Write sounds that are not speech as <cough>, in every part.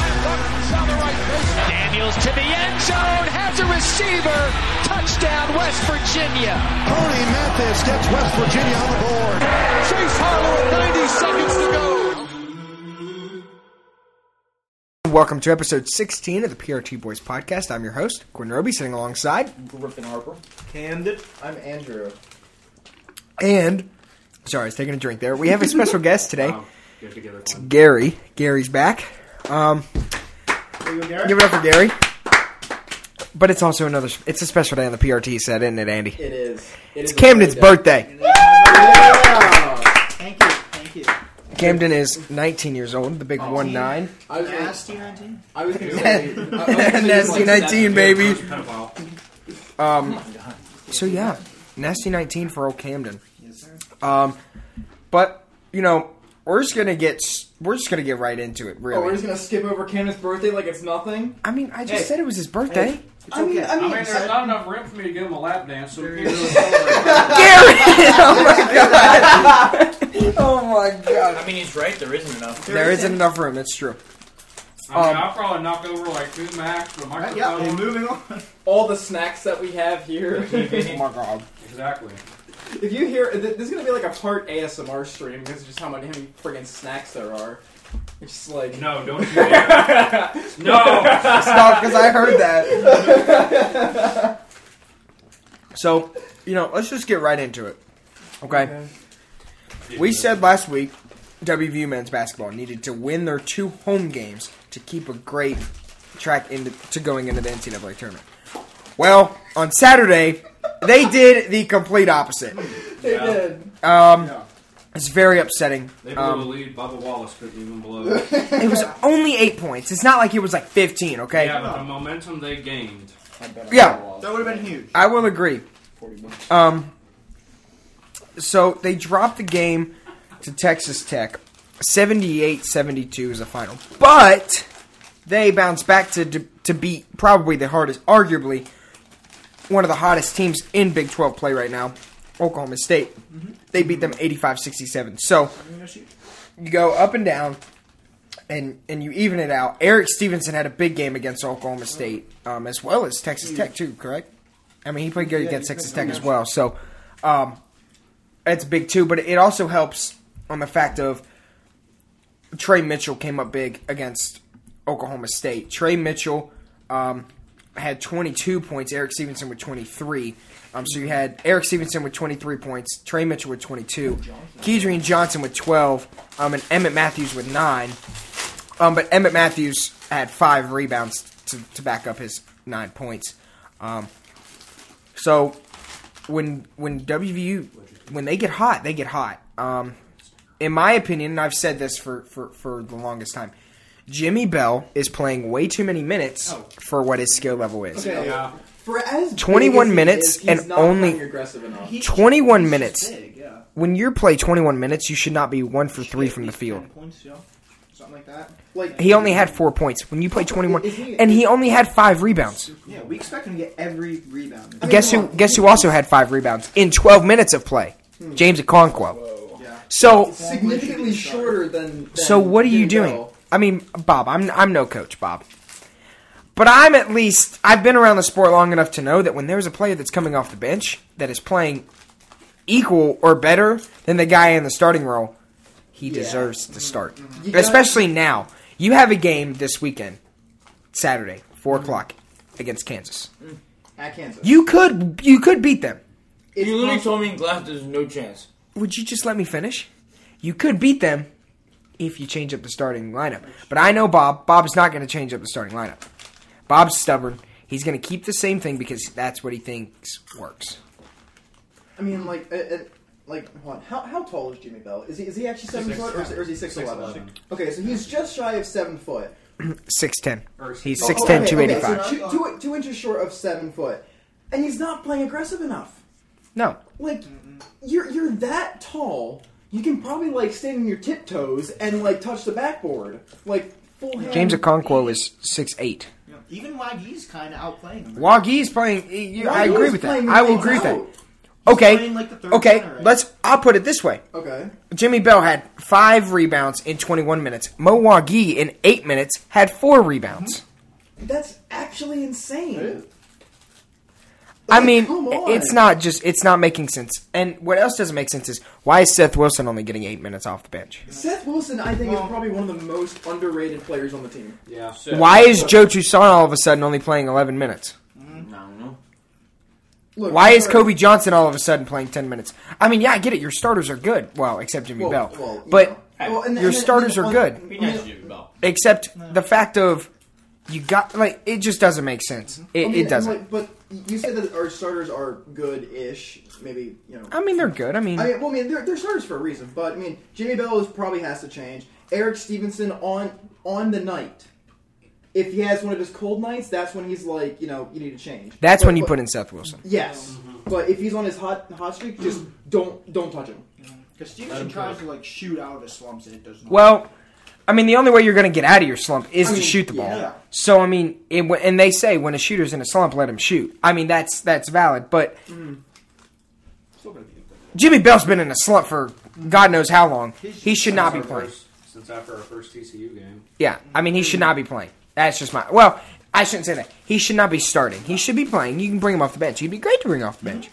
It's on the right baseline. Daniels to the end zone. Has a receiver. Touchdown, West Virginia. Tony Mathis gets West Virginia on the board. Chase Harlow with 90 seconds to go. Welcome to episode 16 of the PRT Boys podcast. I'm your host, Gordon Roby, sitting alongside. Griffin Harper. And I'm Andrew. And, sorry, I was taking a drink there. We have a <laughs> special guest today, wow, good to give it one. Gary. Gary's back. Um, There you go, give Garrett. it up for Gary. But it's also another, it's a special day on the PRT set, isn't it, Andy? It is. It It's is a Camden's great day. birthday. Yeah. Thank you, thank you. Camden is 19 years old, the big 1 9. I was gonna- Nasty nineteen. I was <laughs> gonna say. I- I was gonna say it's <laughs> Nasty like 19, baby. First pedophile. Um, so, yeah, nasty 19 for old Camden. Yes, sir. Um, but, you know, we're just going to get. s- We're just gonna get right into it, really. Oh, we're just gonna skip over Camden's birthday like it's nothing. I mean, I just Hey. said it was his birthday. I mean, I I mean, mean, there's so- not enough room for me to give him a lap dance, so we can't really celebrate. Gary! <laughs> Oh my god! <laughs> oh my god! I mean, he's right. There isn't enough. There isn't enough room, that's true. I <laughs> mean, Um, I'll probably knock over like two Macs, the microphone. yeah, Okay, moving on. all the snacks that we have here. <laughs> Oh my god. Exactly. if you hear, th- this is gonna be like a part ASMR stream because just how many, how many friggin' snacks there are. It's just like No, <laughs> don't you dare. no! <laughs> Stop, because I heard that. so, you know, let's just get right into it. Okay? We said last week WVU men's basketball needed to win their two home games to keep a great track into to going into the NCAA tournament. Well, on Saturday, they did the complete opposite. they Yeah. did. Um, It's very upsetting. They blew Um, the lead. Bubba Wallace couldn't even blow it. It was only eight points. It's not like it was like fifteen. Okay. Yeah, but the momentum they gained. Yeah. That would have been huge. I will agree. Um. So they dropped the game to Texas Tech. 78-72 is the final. But they bounced back to to beat probably the hardest, arguably one of the hottest teams in Big 12 play right now, Oklahoma State. Mm-hmm. They beat them 85-67. So you go up and down and and you even it out. Eric Stevenson had a big game against Oklahoma State, um, as well as Texas Tech too. Correct? I mean, he played good against Texas Tech as well. So, um, it's big too. But it also helps on the fact of Trey Mitchell came up big against Oklahoma State. Trey Mitchell um, had 22 points. Eric Stevenson with 23. Um, so you had Eric Stevenson with 23 points, Trey Mitchell with 22, Keedrian Johnson with 12, um, and Emmett Matthews with nine. Um, but Emmett Matthews had five rebounds to, to back up his nine points. Um, so when when WVU when they get hot, they get hot. Um, in my opinion, and I've said this for, for, for the longest time, Jimmy Bell is playing way too many minutes Oh. for what his skill level is. Okay. Yeah. For as big 21 as he minutes is, he's and not only- playing aggressive enough. 21 minutes. Big, yeah. When you play 21 minutes, you should not be one for three from the Ten field. Points, yeah. Something like that. Like He only had four points. When you play 21, Is he- and he only had five rebounds. Yeah, we expect him to get every rebound. Guess who? Guess who also had five rebounds in 12 minutes of play? James Okonkwo. Yeah. So, significantly shorter than, than so what are you Jimmy doing? Bell. I mean, Bob, I'm I'm no coach, Bob. But I'm at least I've been around the sport long enough to know that when there's a player that's coming off the bench that is playing equal or better than the guy in the starting role, he Yeah. Mm-hmm. deserves to start. You gotta- Especially now. You have a game this weekend, Saturday, 4 o'clock, against Kansas. Mm-hmm. Mm. at Kansas. You could you could beat them. It's You literally possible- told me in class there's no chance. would you just let me finish? You could beat them if you change up the starting lineup. But I know Bob. Bob's not going to change up the starting lineup. Bob's stubborn. He's going to keep the same thing because that's what he thinks works. I mean, like, it, it, like, hold on. How, how tall is Jimmy Bell? Is he is he actually seven Six- foot, or is, or is he six, six eleven? eleven. Okay, so he's just shy of seven foot. 6'10. Or- He's Oh, 6'10, okay, 285. Okay, so two, two, two inches short of seven foot, and he's not playing aggressive enough. No. Like, you're you're that tall. You can probably like stand on your tiptoes and like touch the backboard, like full hand. James Okonkwo is 6'8. You know, even Waggy's kind of outplaying him. Waggy's playing. You, I Why he agree was with that. playing I will these agree with that. out? Okay. playing, like, the third okay. center, right? Let's. I'll put it this way. Oh, Okay. Jimmy Bell had five rebounds in 21 minutes. Mo Wagee in eight minutes had four rebounds. That's actually insane. I Like, mean, come on. it's not just it's not making sense. And what else doesn't make sense is why is Seth Wilson only getting eight minutes off the bench? Seth Wilson, I think, Well- is probably one of the most underrated players on the team. Yeah. Why is Joe Toussaint all of a sudden only playing 11 minutes? I don't know. Look, Why is sorry. Kobe Johnson all of a sudden playing 10 minutes? I mean, yeah, I get it. Your starters are good. Well, except Jimmy Well, Bell. well, you but know. Well, and- your and- and starters are on- good. on- Be nice to Jimmy Bell. except the fact of you got like it just doesn't make sense. It, Mm-hmm. I mean, it doesn't. Like, but you said that our starters are good-ish. Maybe you know. I mean, they're good. I mean, I mean, well, I mean, they're, they're starters for a reason, but I mean, Jimmy Bell is, probably has to change. Eric Stevenson on on the night. If he has one of his cold nights, that's when he's like, you know, you need to change. that's But- when you but- put in Seth Wilson. Yes, but if he's on his hot hot streak, just Mm-hmm. don't don't touch him. <laughs> Because Stevenson tries to like shoot out of his slumps and it doesn't. Well, I mean, the only way you're going to get out of your slump is I to mean, shoot the ball. yeah. So I mean, it, and they say when a shooter's in a slump, let him shoot. I mean, that's that's valid. But Mm. Still gonna be Jimmy Bell's been in a slump for God knows how long. He's- He should not be Since our playing. first- Since after our first TCU game. Yeah, I mean, he should not be playing. That's just my. Well, I shouldn't say that. He should not be starting. He should be playing. You can bring him off the bench. He'd be great to bring off the bench.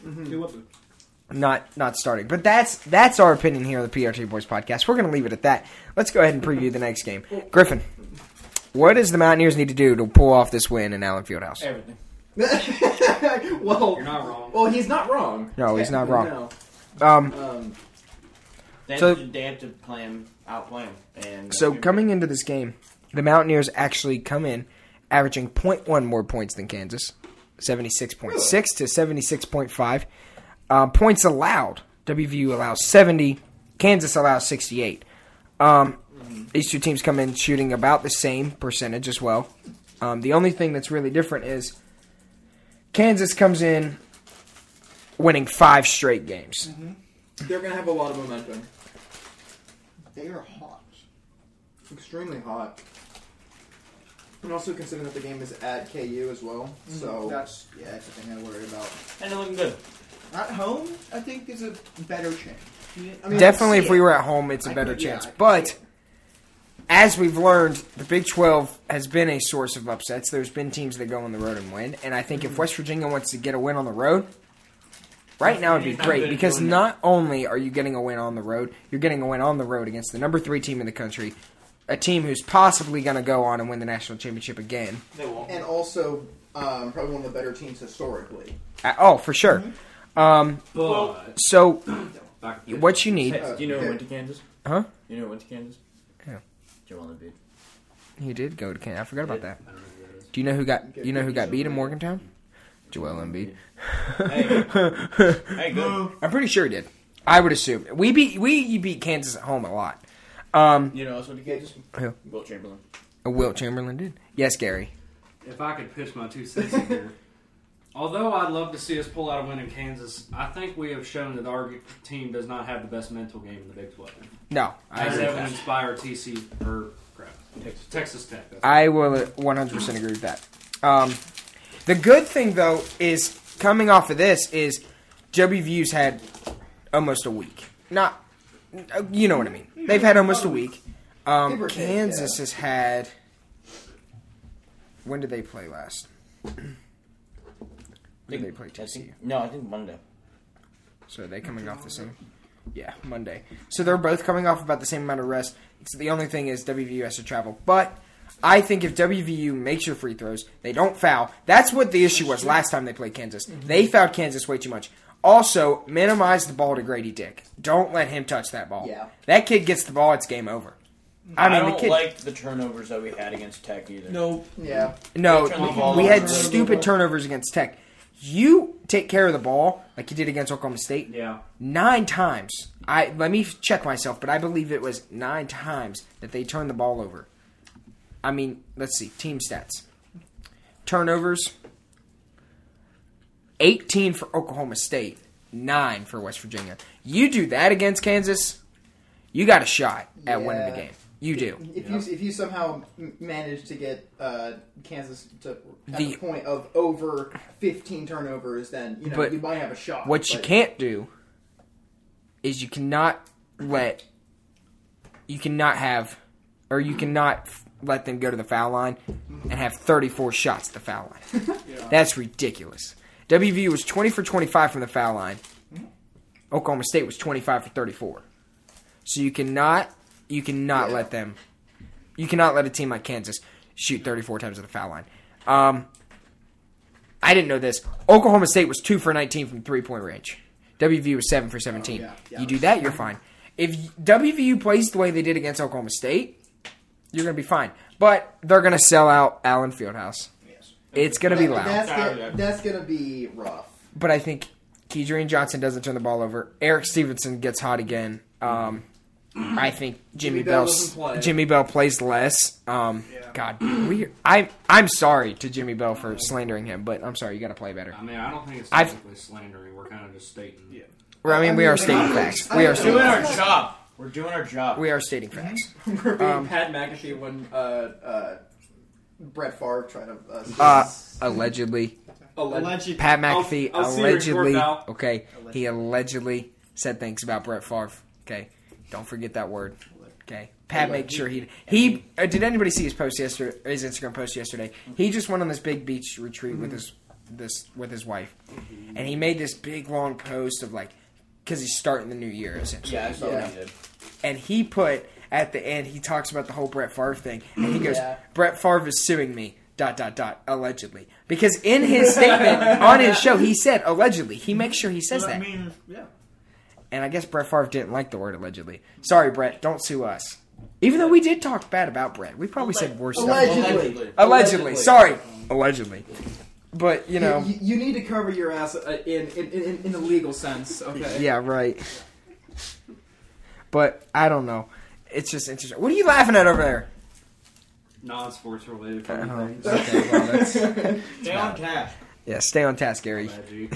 not not starting. But that's that's our opinion here on the PRT Boys podcast. We're going to leave it at that. Let's go ahead and preview the next game. Griffin, what does the Mountaineers need to do to pull off this win in Allen Fieldhouse? Everything. well, You're not wrong. well, he's not wrong. No, he's not Technically, wrong. Um, no. Um, They, So- have to, they have to play him, outplay him. And so coming into this game, the Mountaineers actually come in averaging 0.1 more points than Kansas, 76.6 to 76.5. Uh, points allowed. WVU allows 70. Kansas allows 68. Um, Mm-hmm. These two teams come in shooting about the same percentage as well. Um, the only thing that's really different is Kansas comes in winning five straight games. Mhm. they're gonna have a lot of momentum. They are hot. Extremely hot. And also considering that the game is at KU as well, Mm-hmm. so That's yeah, that's the thing I worry about. And they're looking good. At home, I think is a better chance. I mean, Definitely, I if see we it. were at home, it's a I better could- yeah, chance. I could see But it. as we've learned, the Big 12 has been a source of upsets. There's been teams that go on the road and win. And I think Mhm. if West Virginia wants to get a win on the road, right now it'd be Virginia's not great good at because doing that. not only are you getting a win on the road, you're getting a win on the road against the number three team in the country, a team who's possibly going to go on and win the national championship again. They won't. and also um, probably one of the better teams historically. Uh, Oh, for sure. Mm-hmm. Um, But so back to what you need? Uh, Hey, do you know who went to Kansas? Huh? You know who went to Kansas? Who? Joel Embiid. He did go to Canada. I forgot about that. I don't know who that is. Do you know who got? You know who got beat in Morgantown? Joel Embiid. Hey. Hey, good. <laughs> I'm pretty sure he did. I would assume we beat we beat Kansas at home a lot. Um, You know who else went to Kansas? Who? Will Chamberlain. Will Chamberlain did. Yes, Gary. If I could pitch my two cents in here, although I'd love to see us pull out a win in Kansas, I think we have shown that our team does not have the best mental game in the Big 12. No, I As agree. that would inspire TC or crap, Texas, Tech. that's- I will 100% agree with that. Um, the good thing though is coming off of this is WVU's had almost a week. Not, you know what I mean. They've had almost a week. Give Um, or take, Kansas yeah. has had. When did they play last? <clears throat> When did they play I TCU? think, no, I think Monday. So are they coming off the same? Yeah, Monday. So they're both coming off about the same amount of rest. So the only thing is WVU has to travel. But I think if WVU makes your free throws, they don't foul. That's what the issue was last time they played Kansas. They fouled Kansas way too much. Also, minimize the ball to Grady Dick. Don't let him touch that ball. Yeah. That kid gets the ball, it's game over. I mean, the don't kid. like the turnovers that we had against Tech either. No, Yeah, no, they turn the ball we over. had stupid turnovers against Tech. You take care of the ball like you did against Oklahoma State. yeah. nine times. I let me check myself, but I believe it was nine times that they turned the ball over. I mean, let's see team stats: turnovers, eighteen for Oklahoma State, nine for West Virginia. You do that against Kansas, you got a shot at winning the Yeah. game. You do. If Yeah. you if you somehow m- manage to get uh, Kansas to at The- the, point of over 15 turnovers, then you know But you might have a shot. What you but- can't do is you cannot let you cannot have or you cannot f- let them go to the foul line and have 34 shots at the foul line. That's ridiculous. WVU was 20 for 25 from the foul line. Oklahoma State was 25 for 34. So you cannot you cannot let them you cannot let a team like Kansas shoot 34 times at the foul line. Um, I didn't know this. Oklahoma State was two for 19 from three point range. WVU was seven for 17. yeah, Oh, yeah. You do that, you're fine. If WVU plays the way they did against Oklahoma State, you're going to be fine. But they're going to sell out Allen Fieldhouse. Yes. It's going to be loud. That's, Oh, go- yeah. that's gonna be rough. <laughs> but I think Keedrian Johnson doesn't turn the ball over. Eric Stevenson gets hot again. Um, I think Jimmy, Jimmy Bell Bell's doesn't play. Jimmy Bell plays less. Um, Yeah. God, we I I'm sorry to Jimmy Bell for slandering him, but I'm sorry you got to play better. I mean, I don't think it's I've- technically slandering. We're kind of just stating. Yeah. Well, I mean, we I are mean, stating I- facts. I- We are I- Doing stating, our job. We're doing our job. we are stating facts. We're being Um, Pat McAfee when uh, uh, Brett Favre tried to uh, Uh, allegedly, alleged- Pat McAfee I'll see your report allegedly. now. Okay, he allegedly said things about Brett Favre. Okay, don't forget that word. Okay, Pat made sure he he. Uh, did anybody see his post yesterday? His Instagram post yesterday. He just went on this big beach retreat Mm-hmm. with his this with his wife, and he made this big long post of like because he's starting the new year essentially. yeah, I saw Yeah. what you did. And he put at the end he talks about the whole Brett Favre thing, and he goes, Yeah. "Brett Favre is suing me." Dot dot dot allegedly because in his statement on his show he said allegedly he makes sure he says I that mean, yeah. and I guess Brett Favre didn't like the word allegedly. Sorry, Brett, don't sue us. Even though we did talk bad about Brett, we probably said worse stuff. Allegedly. allegedly. Allegedly. sorry, allegedly. But you know, you, you need to cover your ass uh, in, in, in, in the legal sense. Okay. yeah, right. But I don't know. It's just interesting. What are you laughing at over there? Non-sports related. Uh-huh. things. Okay, <laughs> well, that's, Stay on task. yeah, stay on task, Gary. Bad G.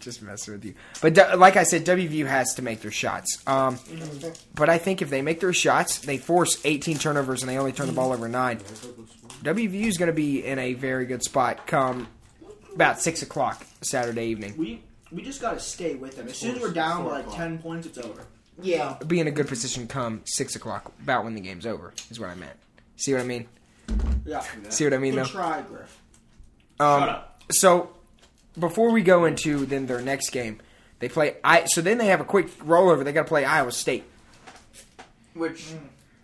just messing with you. But d- like I said, WVU has to make their shots. Um, but I think if they make their shots, they force 18 turnovers and they only turn the ball over nine. WVU is going to be in a very good spot come about six o'clock Saturday evening. We we just gotta stay with them. As soon as we're down by like ten points, it's over. Yeah. Be in a good position come six o'clock, about when the game's over, is what I meant. See what I mean? Yeah. See what I mean, Good though? try, Griff. Um, Shut up. So before we go into then their next game, they play I. So then they have a quick rollover. They got to play Iowa State. Which Mm.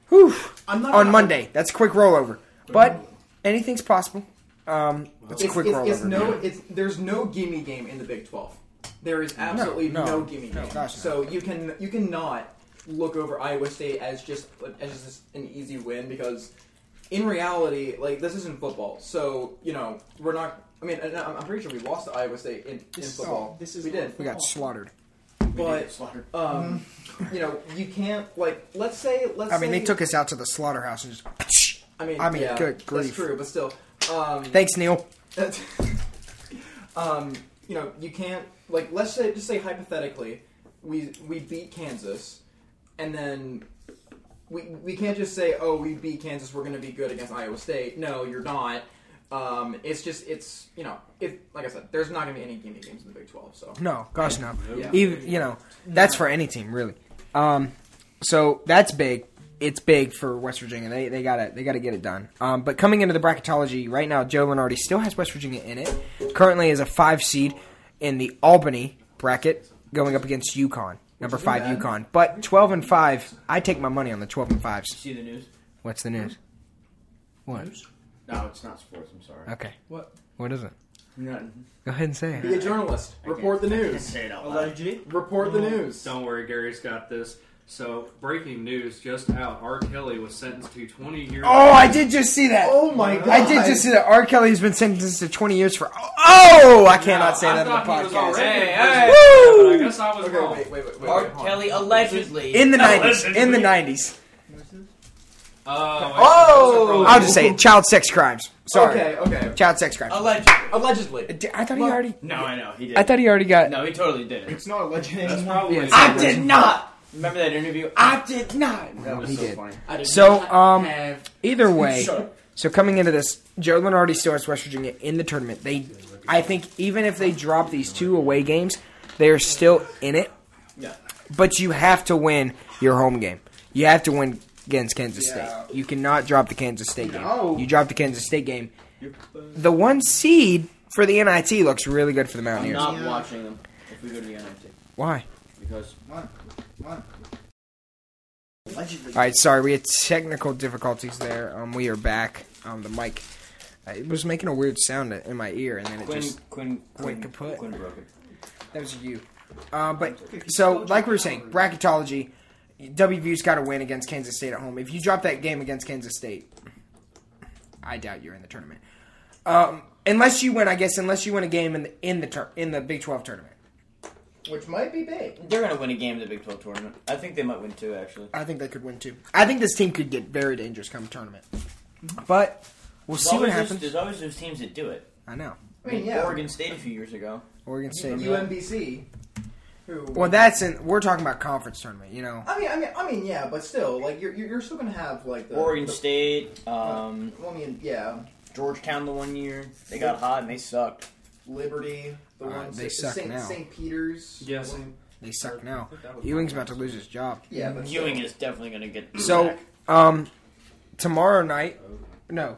Whew. I'm not on Monday. That's a quick rollover. But anything's possible. Um, it's a It's, quick it's, rollover. it's no. It's there's no gimme game in the Big Twelve. There is absolutely no, no, gimme no, game. gosh, no. so you can you cannot look over Iowa State as just as just an easy win because in reality, like this isn't football. So you know we're not. I mean, and I'm I'm pretty sure we lost to Iowa State in, in This is football. all- this is we did. all- we got slaughtered. but Slaughter. Oh, um, you know, you can't like. Let's say, let's. Mm-hmm. I mean, say, they took us out to the slaughterhouse and just. <sniffs> I mean, I mean, yeah, good grief. That's true, but still, um, Thanks, Neil. that's- <laughs> um, you know, you can't like. Let's say, just say hypothetically, we we beat Kansas, and then. We, we can't just say oh we beat Kansas we're going to be good against Iowa State no you're not um, it's just it's you know if like I said there's not going to be any gimme games in the Big Twelve so No, gosh, no. Yeah. Even you know, that's for any team really. Um, so that's big. It's big for West Virginia. They they gotta they gotta get it done. Um, but coming into the bracketology right now, Joe Lenardi still has West Virginia in it. Currently is a five seed in the Albany bracket, going up against UConn, number five UConn. But twelve and five, I take my money on the twelve and fives. See the news? What's the news? What? No, it's not sports. I'm sorry. Okay. What? What is it? Nothing. Go ahead and say it. be a journalist I report the can't- I can't news say it out loud. Allegedly. report the news Don't worry, Gary's got this. So, breaking news just out: R. Kelly was sentenced to 20 years. Oh, I did just see that. Oh my god! I did just see that R. Kelly has been sentenced to 20 years for. Oh, I cannot No, say I that on thought the he was podcast. already in prison, Hey, hey. but I Woo! guess I was Okay, wrong. wait, wait, wait, wait. R. wait, hold on. Kelly allegedly. In the No, 90s. listen In the to me. 90s. Oh, wait, Oh! that's a problem. I'll just say it. Child sex crimes. Sorry. Okay, okay. Child sex crimes. allegedly. Allegedly. D- I thought he already. No, I know he did. I thought he already got. No, he totally did. It's not alleged That's anymore. probably I I did not. Remember that interview? I did not. That No, was he so did. funny. I didn't So, um, Have- Either way, Shut up. so coming into this, Joe Lenardi still has West Virginia in the tournament. They, I think, even if they drop these two away games, they are still in it. Yeah. But you have to win your home game. You have to win against Kansas Yeah. State. You cannot drop the Kansas State No. game. You drop the Kansas State game. The one seed for the NIT looks really good for the I'm Mountaineers. not Yeah. watching them if we go to the NIT Why? because One, one. Allegedly. All right, sorry, we had technical difficulties there. Um, we are back. Um, the mic, uh, it was making a weird sound in my ear, and then it Quinn just Quinn Quinn Quinn could put. Quinn broke it. That was you. Uh, but so, like we were saying, bracketology. WVU's got to win against Kansas State at home. If you drop that game against Kansas State, I doubt you're in the tournament. Um, unless you win, I guess. Unless you win a game in the in the tur- in the Big Twelve tournament, Which might be big. They're gonna win a game in the Big 12 tournament. I think they might win two actually. I think they could win too. I think this team could get very dangerous come tournament. But we'll see what Always those- happens. There's always those teams that do it. I know I mean, yeah. Oregon State a few years ago. Oregon State. UMBC. Who? Well, that's in. We're talking about conference tournament. You know, I mean, I mean, I mean, yeah, but still, like, you're you're you're still gonna have like the Oregon the- State, um, Well, I mean, yeah, Georgetown the one year they got hot and they sucked. Liberty. The Uh, ones they that- suck Saint, now. Saint Peter's. Yeah, the Saint- one- they suck now. That was my Ewing's about last. to lose his job. Yeah, but Ewing still. is definitely gonna get So, back. um, tomorrow night, Okay. no,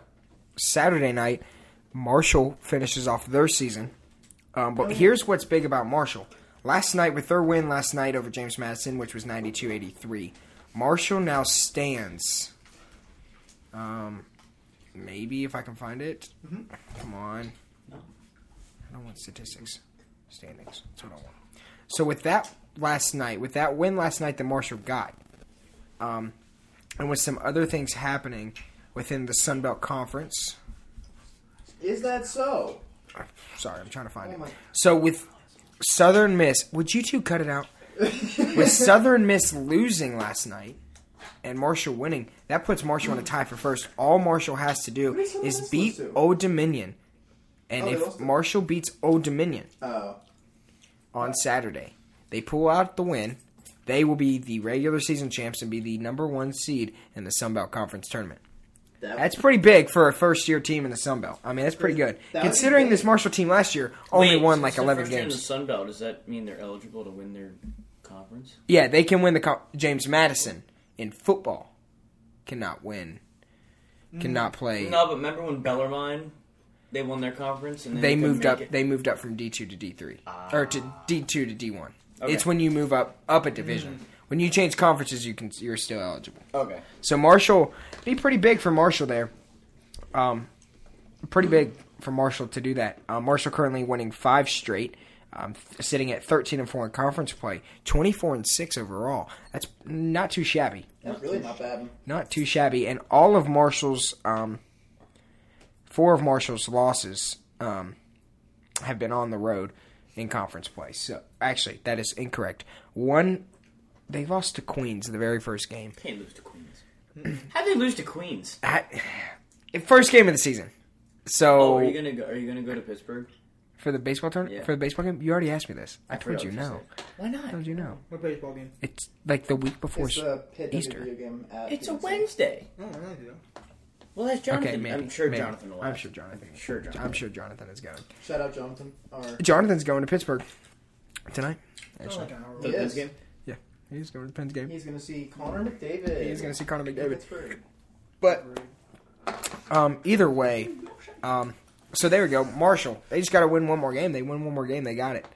Saturday night, Marshall finishes off their season. Um, but here's what's big about Marshall. Last night, with their win last night over James Madison, which was 92 83, Marshall now stands. Um, maybe if I can find it. Come on. I don't want statistics. Standings. That's what I want. So, with that last night, with that win last night that Marshall got, um, and with some other things happening within the Sun Belt Conference, Is that so? Sorry, I'm trying to find Oh it. my- So with Southern Miss, would you two cut it out? <laughs> with Southern Miss losing last night and Marshall winning, that puts Marshall in a tie for first. All Marshall has to do Who did Southern is Miss beat lose to? Old Dominion. And Oh, they if lost to- Marshall beats Old Dominion Oh, on Saturday, they pull out the win, they will be the regular season champs and be the number one seed in the Sun Belt Conference tournament. that, That's pretty big for a first year team in the Sun Belt. I mean, that's pretty good. That would be Considering big. this Marshall team last year only Wait, won since like they're 11 first year in games. the Sun Belt, does that mean they're eligible to win their conference? Yeah, they can win the co- James Madison in football. Cannot win. Cannot play. No, but remember when Bellarmine they won their conference and then they couldn't moved make up. it? Ah. They moved up from D two to D three or to D two to D one. Okay. Mm-hmm. It's when you move up up a division. When you change conferences, you can you're still eligible. okay. So Marshall be pretty big for Marshall there. Um, pretty big for Marshall to do that. Uh, Marshall currently winning five straight. Um, th- sitting at 13 and 4 in conference play, 24 and 6 overall. That's not too shabby. that's really not bad. not too shabby. And all of Marshall's, um, four of Marshall's losses um, have been on the road in conference play. So actually, that is incorrect. One, they lost to Queens the very first game, Can't lose <clears throat> to Queens. How'd they lose to Queens? I, first game of the season. Oh, So are you gonna go? Are you gonna go to Pittsburgh? for the baseball tournament, Yeah. for the baseball game, you already asked me this. I, told forgot you what you no. Why I not? told you no. What baseball game? It's like the week before. It's uh, s- a pit Easter. video game. At It's a Peterson. Wednesday. I don't know. Well, that's Jonathan. okay, maybe, I'm sure maybe. Jonathan will. I'm ask. sure Jonathan. Sure, Jonathan. I'm sure Jonathan is going. Shout out Jonathan. Or, Jonathan's going to Pittsburgh tonight. It's Actually, like an hour. The Yes. Pens game? he's going to the Pens game. he's gonna see Connor McDavid. He's going to see Connor McDavid. Pittsburgh. But um, either way, um, so there we go. Marshall, they just got to win one more game. They win one more game, they got it.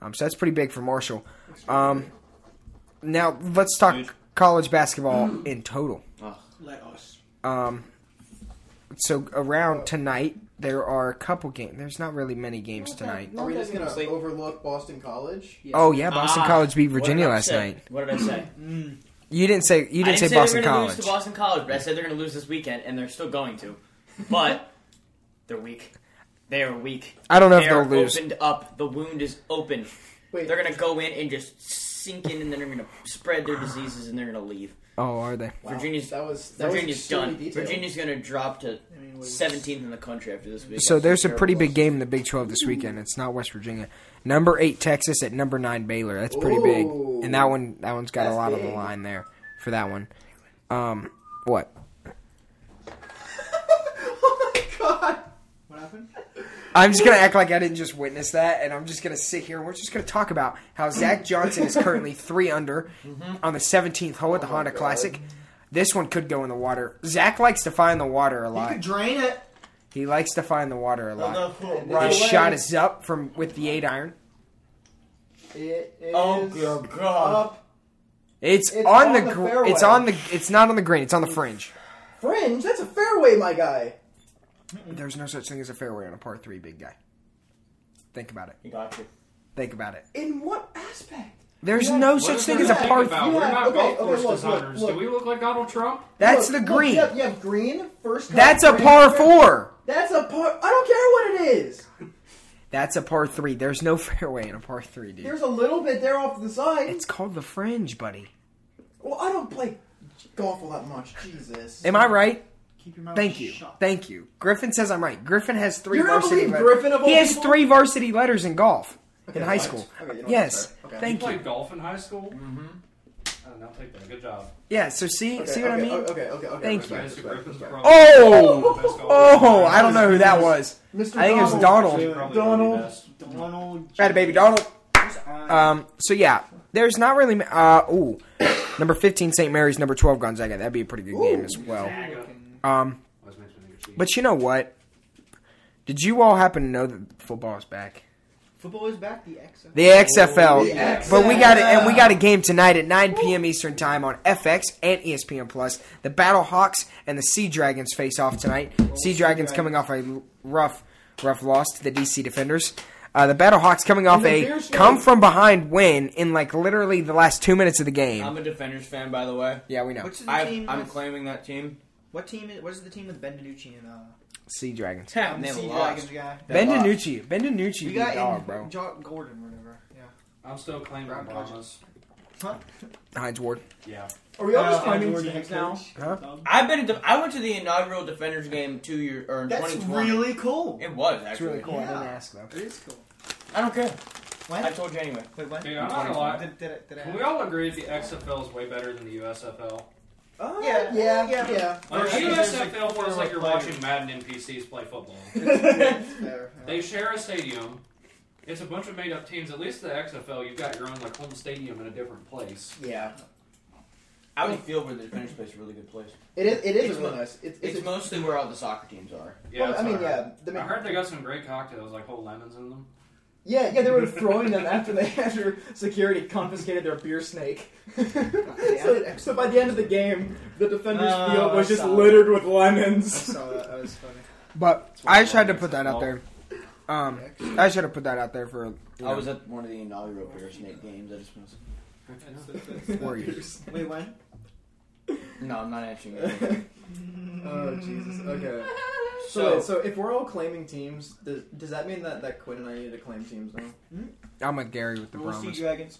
Um, so that's pretty big for Marshall. Um, now let's talk college basketball in total. Let us. Um, so around tonight, there are a couple games. There's not really many games tonight. Are we just gonna Like- overlook Boston College? Oh yeah, Boston Ah, College beat What did Virginia I last say? night. What did I say? You didn't say you I didn't, say, they were Boston gonna College. Lose to Boston College, but I said they're going to lose this weekend, and they're still going to. <laughs> But they're weak. They are weak. I don't know if They are they'll lose. Opened up. The wound is open. Wait, They're going to go in and just sink in, and then they're going to spread their diseases, and they're going to leave. Oh, are they? wow. Virginia's that was that was Virginia's extremely done. detailed. Virginia's going to drop to I mean, league. 17th in the country after this week. So after there's a terrible pretty big loss. game in the Big 12 this weekend. It's not West Virginia. Number eight Texas at number nine Baylor. That's pretty Ooh. big, and that one that one's got a That's lot on big. the line there for that one. Um, what? <laughs> oh my god! What happened? I'm just gonna act like I didn't just witness that, and I'm just gonna sit here and we're just gonna talk about how Zach Johnson is currently <laughs> three under on the 17th hole at the Oh my Honda God. Classic. This one could go in the water. Zach likes to find the water a You could lot. drain it. He likes to find the water a lot. right His away. shot is up from with the eight iron. It is Oh, good God. up It's, It's on, on the, the gr- fairway. it's on the it's not on the green. It's on the fringe. fringe. That's a fairway, my guy. There's no such thing as a fairway on a par three, big guy. Think about it. You got you. Think about it. In what aspect? There's Yeah, no what such is thing there as a to think par. about? three. We're Yeah, not okay, golf okay, course look, look, designers. look. Do we look like Donald Trump? That's Look, the look, green. you, have, you have green first. cut, That's a green, par fair- four. That's a par. I don't care what it is. That's a par three. There's no <laughs> fairway in a par three, dude. There's a little bit there off to the side. It's called the fringe, buddy. well, I don't play golf all that much. Jesus. Am I right? Keep your mouth Thank you. shut. Thank you. Griffin says I'm right. Griffin has 3 Oh, You're gonna varsity. believe let- Griffin of all he has people? three varsity letters in golf Okay, in high fine. school. Okay, you don't have to yes. start. Okay. You Thank you. played golf in high school? Mm-hmm. Oh, now take that. Good job. Yeah. So see, Okay, see what okay, I mean? Okay, okay, okay. Thank okay, you. okay, Mr. okay, Griffin's okay. probably- Oh. Best golfer. <laughs> Oh, I don't know who that was. Mr. I think it was Donald. Actually, probably one of the Donald. best. Donald. Had a baby, Donald. Um, so yeah, there's not really. ma- Uh, ooh, number fifteen, St. Mary's. Number twelve, Gonzaga. That'd be a pretty good game as well. Um, Always makes me think of cheating. but you know what? Did you all happen to know that football is back? Football is back. The X. The XFL. The XFL. But we got it, and we got a game tonight at 9 p.m. Eastern Time on FX and E ESPN Plus. The Battle Hawks and the Sea Dragons face off tonight. Sea Dragons coming off a l- rough, rough loss to the DC Defenders. Uh, the Battle Hawks coming off the a beer show. come from behind win in like literally the last two minutes of the I'm game. a Defenders fan, by the way. Yeah, we know. What's the I, team? I'm with- claiming that team. what team? Is, what is the team with Ben DiNucci and uh? Sea Dragons. Damn, the they Sea lost. Dragons guy. They Ben lost. DiNucci. Ben DiNucci We be got a dog, in bro. Jo- Gordon, or whatever. Yeah. I'm still claiming Brown Obama's. Huh? Heinz Ward. Yeah. Are we all just Uh, climbing Gordon teams head now? coach. Huh? Um, I've been. To, I went to the inaugural Defenders game two years or in That's 2020. really cool. It was That's actually really cool. I didn't Yeah. ask though. It is cool. I don't care. When? I told you anyway. Wait, when? Dude, I'm not gonna lie. Did, did, it- did I- Can we all agree the XFL is way better than the USFL? Uh, Yeah. yeah, Yeah. yeah. Oh, Like, Right. the USFL feels like you're Players. watching Madden NPCs play football. Fair, yeah. They share a stadium. It's a bunch of made up teams. At least the XFL, you've got your own like home stadium in a different place. Yeah. Audi Field where the Defenders place is a really good place. It is. It is It's really mo- nice. It's. It's It's. a- mostly where all the soccer teams are. Yeah, well, I that's mean, what heard. yeah. The I main- heard they got some great cocktails, like whole lemons in them. Yeah, yeah, they were throwing them after they after security confiscated their beer snake. so, so by the end of the game, the defender's Oh, field was I just saw littered with I lemons. saw that. That was funny. <laughs> But That's what I just had to I'm put that out saying. there. Um, I should have put that out there for. you know, I was at one of the inaugural Bear Snake games. I just was. <laughs> Warriors. Wait, when? No, I'm not <laughs> answering that. <laughs> oh Jesus. <laughs> Okay. So, So- wait, so if we're all claiming teams, does, does that mean that, that Quinn and I need to claim teams now? I'm a Gary with the We'll see Brahmas. dragons.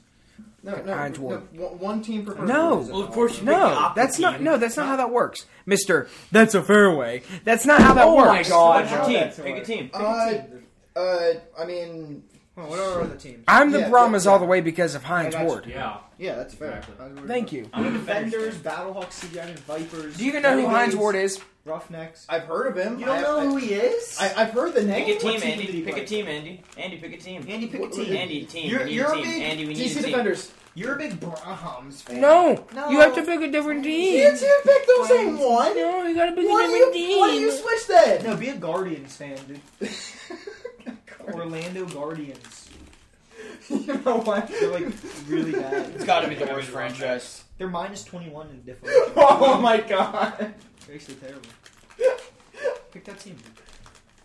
No, Okay, no, Heinz no, Ward. one- one team per person. No. is it Well, of all? course you- No, Pick the that's not. team. No, that's not how that works, Mister. That's a fairway. That's not how that oh works. my god! How Pick a that's team. Pick a work. team. Uh, uh, I mean, Well, what are our other teams? I'm the Yeah, Brahmas yeah, all yeah. the way because of Heinz I got you. Ward. Yeah. Yeah, that's fair. Exactly. I was worried Thank about- you. I'm a Defenders, Defenders. Battlehawks, Sea Dragons, Vipers. Do you even know who Renegades, Heinz Ward is? Roughnecks. I've heard of him. You don't I- know I- who he is? I, I've heard the name. Pick a What team, team did Andy. he Pick a play? team, Andy. Andy, pick a team. Andy, pick a What- team. Andy, team. You're- we need you're a a team. big Andy, we need DC a team. Defenders. You're a big Brahms fan. No, No. you have to pick a different You team. two picked the same one. No, you gotta pick Why a do different you? Why do you team. switch then? No, be a Guardians fan, dude. Orlando <laughs> Guardians. you know what? They're like really bad. <laughs> It's got to be the worst franchise. They're minus 21 in differential. <laughs> <laughs> Oh my god. They're actually terrible. Pick that team. Dude.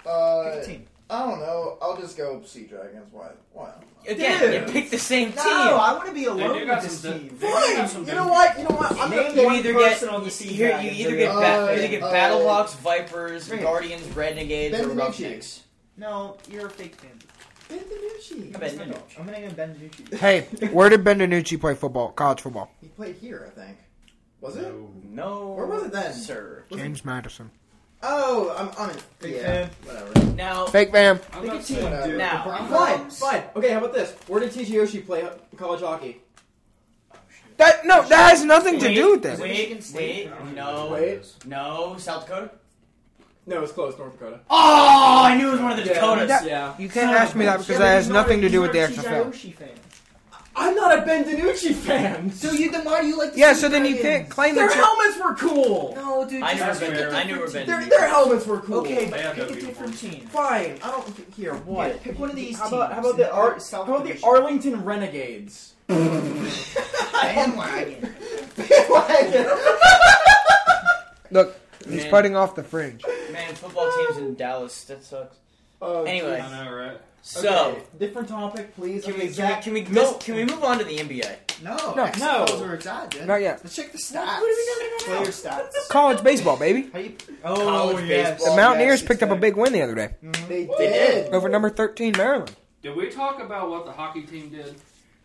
Pick Uh, a team. I don't know. I'll just go Sea Dragons. Why? Why? <laughs> Again, Dude. they pick the same team. No, I want to be They alone do with got this some. team. they do got some You good- know what? You know what? I'm Name gonna You pick- one either get person on the you, Sea here- you Dragons, either they're get gonna- Bat- Uh, you either get uh, Battlehawks, Vipers, Right. Guardians, Renegades, Ben or DiNucci. Roughnecks. No, you're a fake fan. Ben DiNucci. I bet I'm DiNucci. gonna go Ben DiNucci. Hey, where did Benvenucci play football? College football. He played here, I think. Was it? No. No. Where was it then? Sir. Was it- James Madison. Oh, I'm, I'm in. Big yeah, fan. whatever. Now, Fake bam. I'm They not could see saying, what I- dude, Now. the Broncos- Fine, fine. Okay, how about this? Where did T.G. Yoshi play uh, college hockey? That no, that has nothing to do with wait, this. wait, wait, no, Wait. no, South Dakota. No, it's close, North Dakota. Oh, I knew it was one of the Yeah. Dakotas. That- Yeah. You can't ask me that because that has nothing to do with the actual XFL. I'm not a Ben DiNucci fan. So you, then why do you like? The Yeah, Sea so then you Dragons? can't claim <laughs> Their that. you're- helmets were cool. No, dude. I never just been. pick a I never different been. Their, their helmets were team. cool. Okay, They have but pick no a different team. Fine. I don't here. What? Yeah, pick one of these How about how teams. about the Ar- how South about the Division. Arlington <laughs> Renegades? <laughs> Bandwagon. Look, he's Man. putting off the fringe. Man, football teams in Dallas. That sucks. Oh, Anyway. I know, right? geez. So, Okay, different topic, please. can Okay, we can we, Zach- can we, no. can we move on to the NBA? No, No. XFLs are exotic, dude. Not yet. Let's check the stats. What are we doing right now? Player stats. College baseball, baby. How you, College baseball. The Oh, Mountaineers picked up a big win the other day They did. did. over number thirteen Maryland. Did we talk about what the hockey team did?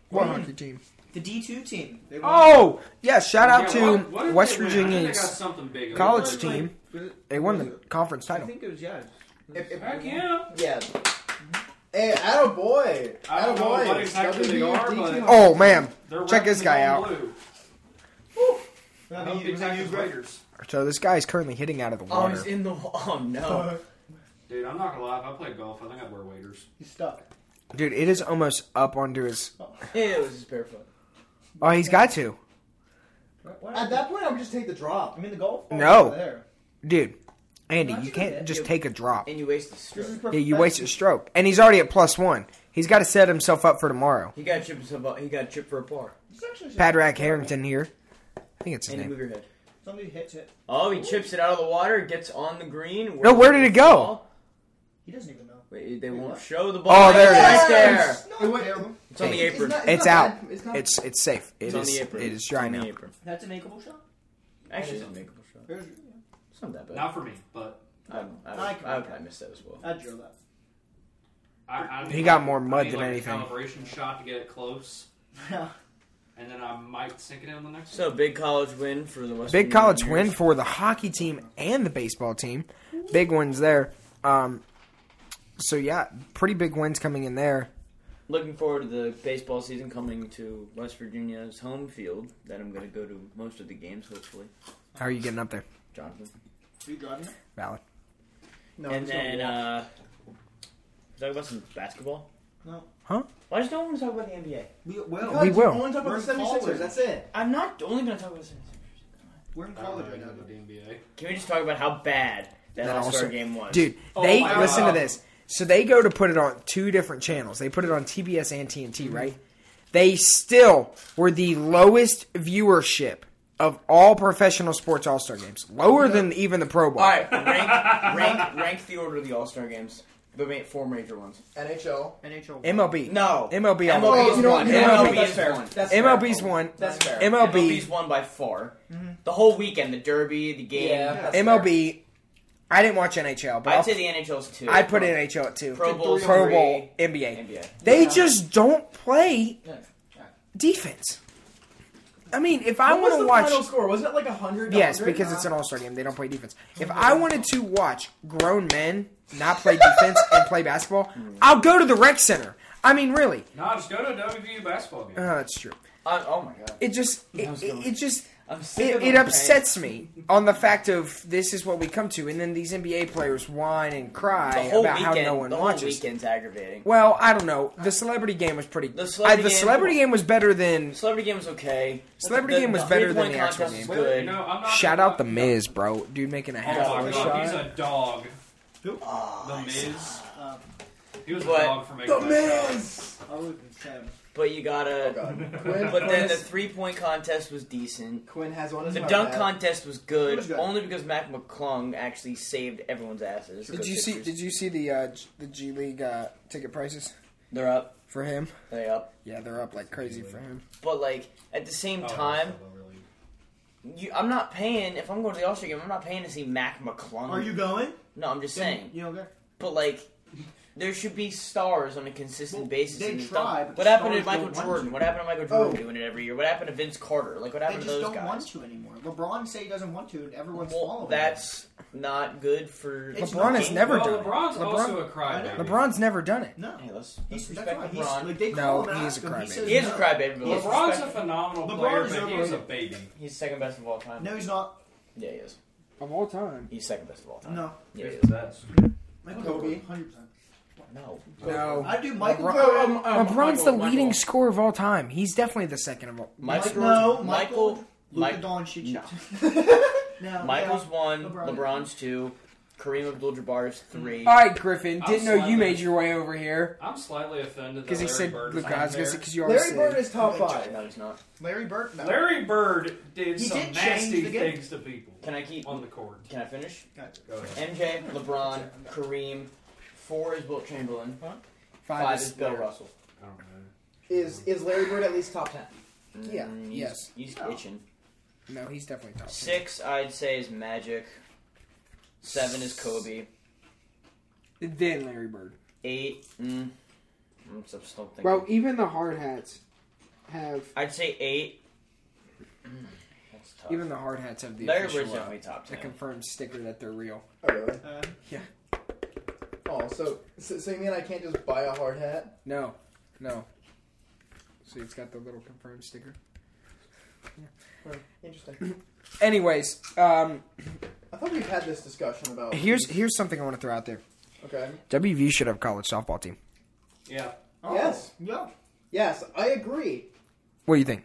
What hockey team? The D two team. They Oh yeah! Shout out to Yeah, what- what did West they win? I think they got Virginia's something big. They college won, like, team. They won the conference I title. think it was yeah. If- if- Heck yeah! Yeah. Hey, attaboy. I don't know Attaboy. what exactly E they are, WDT. but- Oh man! They're Check repping this the guy all out. Blue. I Hope mean, the was that you, Texas Greg? Raiders. So this guy is currently hitting out of the Oh, water. he's in the. Oh <laughs> no. Dude, I'm not gonna lie. If I played golf, I think I'd wear waders. He's stuck. Dude, it is almost up onto his. it was just barefoot. Oh, he's got to. At that point, I would just take the drop. I mean the golf. ball's No. over There. Dude, Andy, Why'd you you do can't that? just You- take a drop. And you wasted This is stroke. Yeah, perfect. you wasted a stroke. And he's already at plus one. He's got to set himself up for tomorrow. He got chipped. so- He got chipped for a par. It's actually just- Padrack Harrington here. I think it's his And name. you move your head. Somebody hits it. Oh, he chips it out of the water. Gets on the green. No, where did it go? ball. He doesn't even know. Wait, they won't show the ball. Oh, there it right is. there. It's not terrible. It's on the Hey, apron. not- It's not out. bad. It's not It's it's safe. It It's on is the apron. it is dry It's on now. the apron. That's a makeable shot. Actually, it's a makeable shot. There's, It's not that bad. Not for me, but I, don't- I, I I, can- I would probably miss that as well. I drill that. <laughs> I, I He got more I mud need, than like, a anything. Calibration shot to get it close, Yeah. and then I might sink it in the next. So big college win for the West. Big Virginia college Mountaineers. win for the hockey team and the baseball team. Big wins there. Um, so yeah, pretty big wins coming in there. Looking forward to the baseball season coming to West Virginia's home field. That I'm going to go to most of the games, hopefully. How are you getting up there, Jonathan. You driving it? Valid? No, and it's not then a walk. uh, talk about some basketball. No. Huh? Why just don't want to talk about the NBA? We will. God, we you will. Only talk about the We're 76ers. forward. That's it. I'm not only going to talk about the Sixers. We're in I don't college know right now. anything about the NBA. Can we just talk about how bad that, That All Star also- game was, Dude, they my listen God. to this. So they go to put it on two different channels. They put it on TBS and TNT, right? They still were the lowest viewership of all professional sports All Star games, lower than even the Pro Bowl. All right, rank, rank, rank the order of the All Star games. The ma- four major ones. NHL. NHL. MLB, No, MLB all MLB the is way. one. You know what? MLB That's is fair. one. That's fair. MLB's one. That's fair. MLB's MLB, won by far. The whole weekend, the Derby, the game. Yeah, that's fair. MLB. I didn't watch NHL, but I'd I'll- say the NHL's two. I put NHL at two. Pro Bowl's Pro three. Bowl, NBA. NBA. They just don't play Yeah. defense. I mean, if I What want was to the watch final score? Wasn't it like 100? Yes, because it's an all star game. They don't play defense. Oh, If I wanted to watch grown men not play defense <laughs> and play basketball, Hmm. I'll go to the rec center. I mean, really. No, just go to a WVU basketball game. Uh, that's true. I, oh my god, It just, it, was it, going- it just, I'm sick it, of it them upsets me on the fact of this is what we come to, and then these NBA players whine and paying- cry The whole about weekend, how no one the whole watches. weekend's aggravating. Well, I don't know. The celebrity game was pretty. The celebrity I- the game- celebrity game was better than. Celebrity game was okay. Celebrity The- game was the better than three-point the actual contest game. was You Good. know, I'm not Shout gonna- out the Miz, bro. Dude, making a half Oh my court god, shot. he's a dog. Ah, Oh, The Miz. Um, He was a But- dog for making The that shot. Miz! I would have said. but you gotta. <laughs> Quinn, but then the Quinn- three point contest was decent. Quinn has one as The well, dunk Matt. contest was It good, was good. only because Mac McClung actually saved everyone's asses. Did Good you see? pictures. Did you see the uh, G- the G League uh, ticket prices They're up. for him? They're up. Yeah, they're up like crazy for him. But like at the same Oh, time, so really. you, I'm not paying. If I'm going to the All Star game, I'm not paying to see Mac McClung. Are you going? No, I'm just saying. You don't go. But like, There should be stars on a consistent Well, basis. they in this try, stuff. but What the happened to stars Michael don't want Jordan? to. What happened to Michael Oh. Jordan doing it every year? What happened to Vince Carter? Like what They happened just to those don't guys? want to anymore. LeBron say he doesn't want to, and everyone's well, following. that's not good for It's LeBron not has game. never well, done LeBron's it. LeBron, also a crybaby. I know. LeBron's never done it. him. no. Hey, let's, He's, let's that's respect right. He's, LeBron. like, they No, call him and he is ask a him. He crybaby. says he is a no. crybaby. but let's LeBron's a respect him. phenomenal LeBron player, is but he overrated. is a baby. He's second best of all time. No, he's not. Yeah, he is. Of all time. He's second best of all time. No. Yeah, he He's is. the best. Michael Kobe. Jordan, 100%. No. No. I do Michael LeBron- Jordan. Oh, LeBron's the leading scorer of all time. He's definitely the second of all. Michael. no, Michael. Michael. Luka Mike- Doncic. No. <laughs> No, Michael's yeah. one. LeBron. LeBron's two. Kareem Abdul-Jabbar's three. All right, Griffin. I'm Didn't know you slapping. made your way over here I'm slightly offended that because he Larry said Bird Luka's is not because you already Larry said. Bird is top five. No, he's not. Larry Bird. No. there. Larry Bird did He some did change nasty the game. things to people Can I keep? on the court. Can I finish? Gotcha. Go ahead. MJ, LeBron, Kareem. Four is Wilt Chamberlain. five, Five is Bill Larry. Russell. I don't know. Is is Larry Bird at least top ten? Yeah, Mm, he's- yes. He's No. itching. No, he's definitely top. five. Six, I'd say, is Magic. Seven is Kobe. Then Larry Bird. Eight, mm, I'm s- still thinking. even the hard hats have. I'd say eight. Mm, That's tough. Even the hard hats have the Larry official, Bird's uh, definitely top a ten. confirmed sticker that they're real. Oh, really? Uh, Oh, so, so so you mean I can't just buy a hard hat? No, no. See, it's got the little confirmed sticker. Interesting. Anyways, um, I thought we've had this discussion about. here's here's something I want to throw out there. Okay. WV should have a college softball team. Yeah. oh, Yes. Yeah. Yes, I agree. What do you think?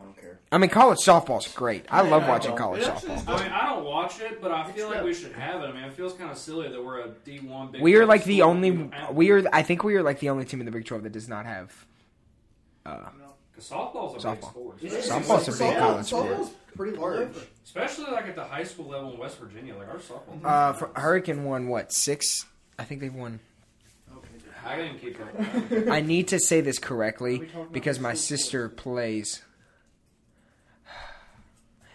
I don't care. I mean, college softball's great. I love I watching don't. college It actually softball. is I good. mean, I don't watch it, but I feel It's like good. we should have it. I mean, it feels kind of silly that we're a D1 big We are Ten like the school and only. don't have We are. I think we are like the only team in the Big Twelve that does not have. it. 'Cause softball's a big Softball. sport. It is. Softball's a Softball- big college softball's sport. pretty large. Especially like at the high school level in West Virginia. Like our softball. Uh, for Hurricane won what six? I think they've won. I didn't <laughs> keep that. I need to say this correctly because my sister plays. <sighs>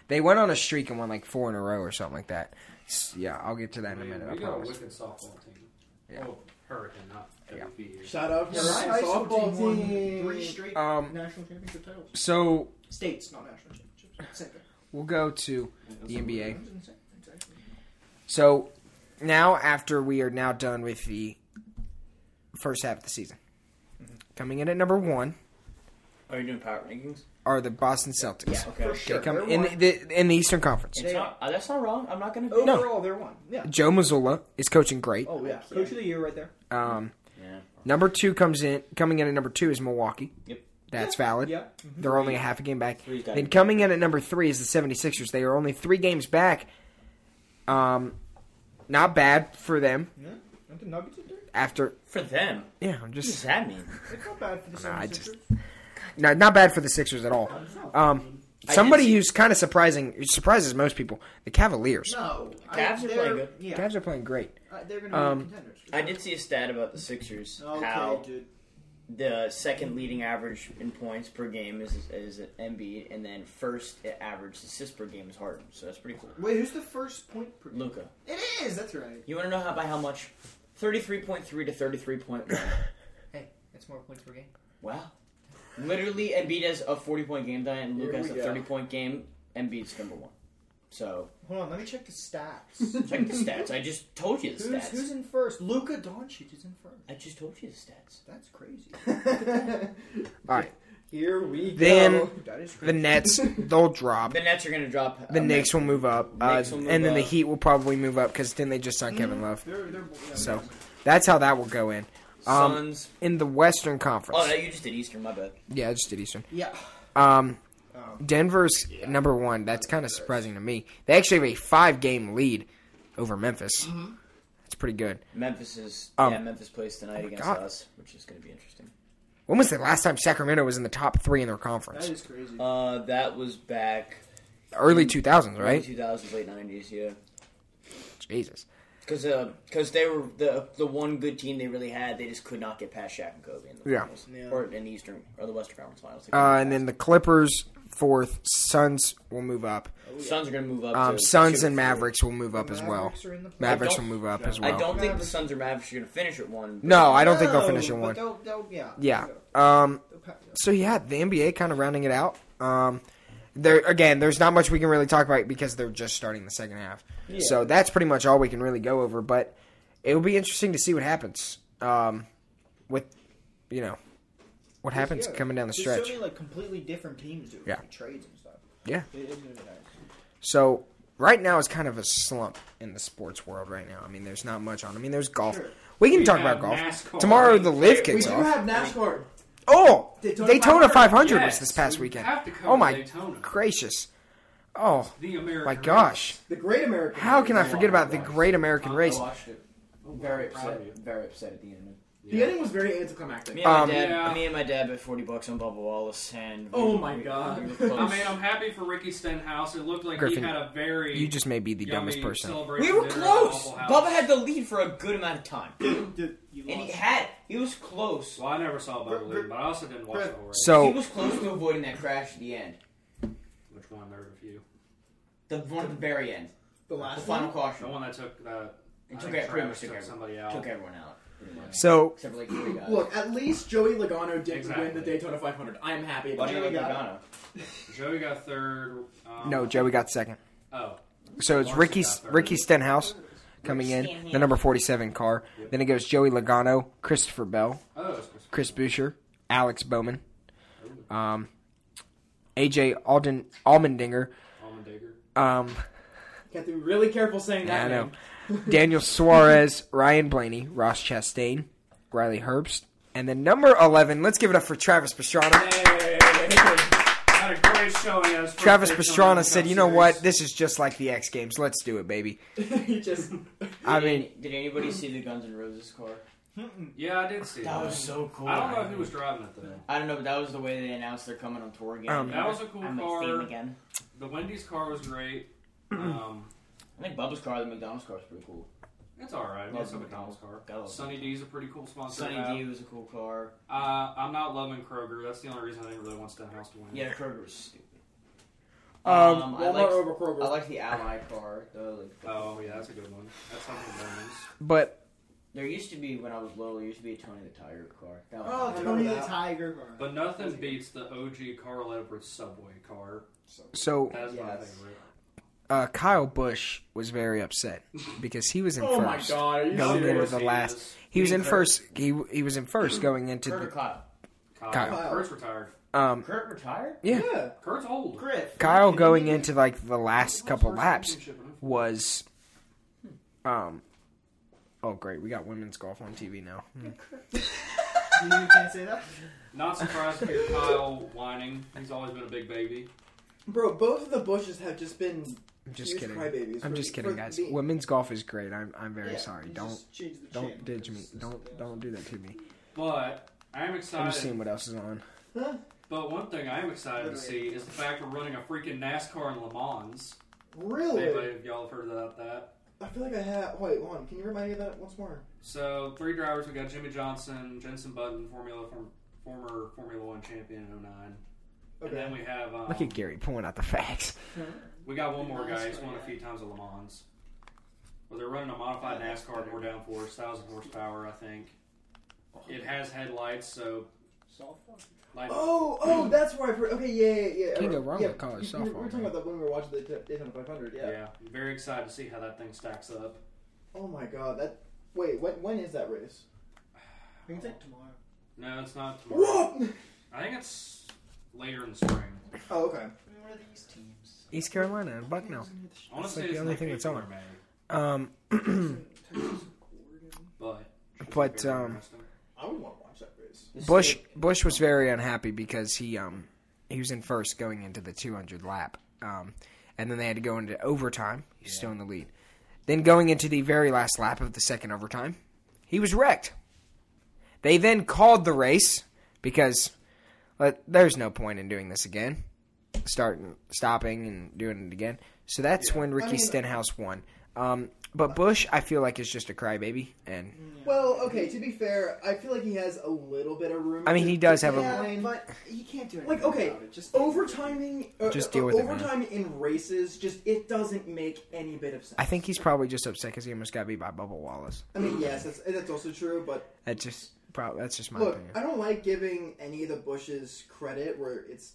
They went on a streak and won like four in a row or something like that. S- Yeah, I'll get to that I in a mean, minute. I we got a promise. wicked softball team. Yeah. Oh, Hurricane, not Yeah. WVU. Shout out to Yeah, the Ryan high school softball team won team. three straight Um, national championship titles. So States, not national championships. Same thing. we'll go to the NBA. Exactly. So now, after we are now done with the first half of the season, Mm-hmm. coming in at number one Are you doing power rankings? are the Boston Celtics. Okay. For sure. They come they're in one. the, in the Eastern Conference. It's not, uh, that's not wrong. I'm not going to do Overall, they're one. Yeah. Joe Mazzulla is coaching great. Oh yeah. Coach of the year right there. Um, Yeah. number two comes in coming in at number two is Milwaukee. Yep. That's valid. Yeah. Mm-hmm. They're only a half a game back. Three's gotta Then be- coming in at number three is the 76ers. They are only three games back. Um, not bad for them. Yeah. Aren't the Nuggets in there? After For them? yeah, I'm What does just that mean? It's not bad for the Nah, I 76ers. just- not, not bad for the Sixers at all. Um, I somebody did see- who's kind of surprising who surprises most people, the Cavaliers. No. I- Cavs are they're- playing good. Yeah. Cavs are playing great. Uh, they're going to be Um, contenders. for I sure. did see a stat about the Sixers. Okay, how dude. the second leading average in points per game is, is, is Embiid, and then first average assists per game is Harden. So that's pretty cool. Wait, who's the first point per Luca, It is. That's right. you want to know how by how much? Thirty-three point three to thirty-three point one. Hey, that's more points per game. Wow. Literally, Embiid has a forty-point game tonight, and Here Luca has we a go. thirty-point game. Embiid's number one. So Hold on, let me check <laughs> the <laughs> stats. check the stats. I just told you the who's, stats. who's in first? Luka Doncic is in first. I just told you the stats. That's <laughs> crazy. <laughs> All right. Here we go. Then That is the crazy. <laughs> Nets, they'll drop. The Nets are gonna drop. The uh, Knicks will move up, uh, Knicks will move and then the up. Heat will probably move up because then they just signed Kevin Love. Mm-hmm. They're, they're, yeah, So that's how that will go in. Um, Suns. in the Western Conference, Oh, no, you just did Eastern. My bad. yeah, I just did Eastern. Yeah. Um, Oh. Denver's number one. That's kind of surprising to me. They actually have a five-game lead over Memphis. Mm-hmm. That's pretty good. Memphis is Um, yeah. Memphis plays tonight against God. us, which is going to be interesting. When was the last time Sacramento was in the top three in their conference? That is crazy. Uh, that was back Early two thousands, right? two thousands, late nineties. Yeah, Jesus. Because uh, they were the the one good team they really had. They just could not get past Shaq and Kobe in the Yeah. finals, or in the Eastern or the Western Conference Finals. They couldn't Uh, get and then past. the Clippers fourth, Suns will move up. Suns are going to move up. Um, to Suns Super and Bowl. Mavericks will move up as well. Mavericks are in the play. Mavericks I will don't- move up as well. I don't think the Mavericks- Suns or Mavericks are going to finish at one. but- No, I don't think they'll finish No, in but one. They'll, they'll, yeah. Yeah. They'll- Um, they'll pa- so yeah, the NBA kind of rounding it out. Um, there again, there's not much we can really talk about because they're just starting the second half. So that's pretty much all we can really go over. But it will be interesting to see what happens. Um, with you know what happens yeah. coming down the There's stretch. so many like completely different teams doing Yeah. like, trades and stuff. Yeah. It is gonna be nice. So right now is kind of a slump in the sports world right now. I mean, there's not much on. I mean, there's golf. Sure. We can We talk have about golf NASCAR. tomorrow. The live We kicks do off. have NASCAR. oh, Daytona Daytona 500. 500 was this Yes, past we weekend. have to cover Oh my Daytona. gracious! Oh The American. my race. gosh! The Great American. How can I Oh, forget about the gosh. Great American I- I Race? watched it. I'm Very proud of you. upset. Very upset at the end. The ending was very anticlimactic. Me and, Um, my dad, Yeah. me and my dad bet forty bucks on Bubba Wallace, and Oh my God. <laughs> were close. I mean, I'm happy for Ricky Stenhouse. It looked like Griffin, he had a very You just may be the yummy dumbest person. celebration we were dinner at close. Waffle House. Bubba had the lead for a good amount of time, and Dude, you lost. he had. He was close. Well, I never saw Bubba Gr- leave, but I also didn't watch the whole race. He So was close to avoiding that crash at the end, Which one? There were a few. the one at the very end, The the last final one. The caution. one that took that. It I took think it- pretty Travis much took took everyone- somebody out. Took everyone out, so except for like three guys. Look, at least Joey Logano did win Exactly. the Daytona 500. I am happy about Joey that. Logano. Joey got third. Um, no, Joey got second. Oh, So it's Larson Ricky got third. Ricky Stenhouse coming in the number 47 car. Then it goes Joey Logano, Christopher Bell, oh, it was Chris. Chris Boucher, Alex Bowman, um, AJ Alden Almendinger, Allmendinger. um, You have to be really careful saying yeah, I that. know, name. <laughs> Daniel Suarez, Ryan Blaney, Ross Chastain, Riley Herbst, and then number 11. Let's give it up for Travis Pastrana. Had a great showing. as first Travis Daytona Pastrana Cup said, "You know Series. what? This is just like the X Games. Let's do it, baby." <laughs> he just I Did mean, any- did anybody see the Guns N' Roses car? Yeah, I did see that. That was so cool. I don't know who was driving it though. I don't know, but that was the way they announced they're coming on tour again. Um, That was a cool I'm car. Theme again. The Wendy's car was <clears throat> great. Um, I think Bubba's car, the McDonald's car, is pretty cool. it's all right. Love It's a the McDonald's Gotta car. love Sunny D's a pretty cool sponsor. to have. Sunny D was a cool car. Uh, I'm not loving Kroger. That's the only reason I didn't really want Stenhouse to win. Yeah, Kroger was stupid. Um, I Walmart like over Kroger. I like the Ally car though. Like, the- Oh yeah, that's a good one. That's something bonus. but There used to be when I was little. There used to be a Tony the Tiger car. That was Oh, I remember Tony the that. Tiger. Bar. But nothing beats the OG Carl Edwards Subway car. so That's my Yes. favorite. uh, Kyle Bush was very upset because he was in <laughs> Oh my first. god, are you Going Of into serious? course the he last, is. he was in Kurt- first. He he was in <clears throat> first going into Kurt or the Kyle? Kyle. Kyle. Kurt's retired. um Kurt retired? yeah. Yeah. Kurt's old. Griff. Kyle going into like the last couple First laps championship in football. was Hmm. um oh great we got women's golf on TV now. you can't say that. Not surprised to hear Kyle whining. He's always been a big baby. Bro, both of the Bushes have just been I'm just huge kidding. crybabies. I'm for- just kidding for guys. the- Women's golf is great. I'm I'm very Yeah, sorry. you Don't just change the don't channel. ditch me. It's- it's- Don't don't do that to me. But I am I'm just excited. seeing what else is on. But one thing I am excited to see Literally. is the fact we're running a freaking NASCAR in Le Mans. Really? Anybody of y'all have heard about that? I feel like I have. Wait, one. Can you remind me of that once more? So three drivers. We got Jimmy Johnson, Jensen Button, Formula form, former Formula One champion in 09. And then Okay. we have um, Look at Gary pulling out the facts. we got one more guy. He's won a few times at Le Mans. Well, they're running a modified NASCAR more downforce, thousand horsepower, I think. Oh. It has headlights, so Softball. like Oh, oh, that's where I've heard. Okay, yeah, yeah, yeah. Can't go wrong yeah, with college you- you- We softball, were talking man. about that when we were watching the Daytona 500. yeah. Yeah. I'm very excited to see how that thing stacks up. Oh my god, that. Wait, when, when is that race? We can take tomorrow. No, it's not tomorrow. Whoa! I think it's later in the spring. <laughs> Oh, okay. I mean, what are these teams? East Carolina and Bucknell. I want to It's say like the it's only like thing that's on. April or May, Um <clears throat> but should be But, very um, interesting. I would want to watch that race. This Bush is- Bush was very unhappy because he um he was in first going into the 200 lap, um, and then they had to go into overtime. He's still in the lead. Then going into the very last lap of the second overtime, he was wrecked. They then called the race because like, there's no point in doing this again, starting stopping and doing it again. So that's when Ricky mean- Stenhouse won. Um, But Bush, I feel like is just a crybaby, and Well, okay. To be fair, I feel like he has a little bit of room. I mean, to- he does have a- Yeah, Yeah, but you can't do anything Like okay, about it. Just overtiming. Uh, Just uh, deal with it, man. overtime in races. Just it doesn't make any bit of sense. I think he's probably just upset because he almost got beat by Bubba Wallace. I mean, yes, that's, that's also true. But That just probably that's just my look, opinion. I don't like giving any of the Bushes credit where it's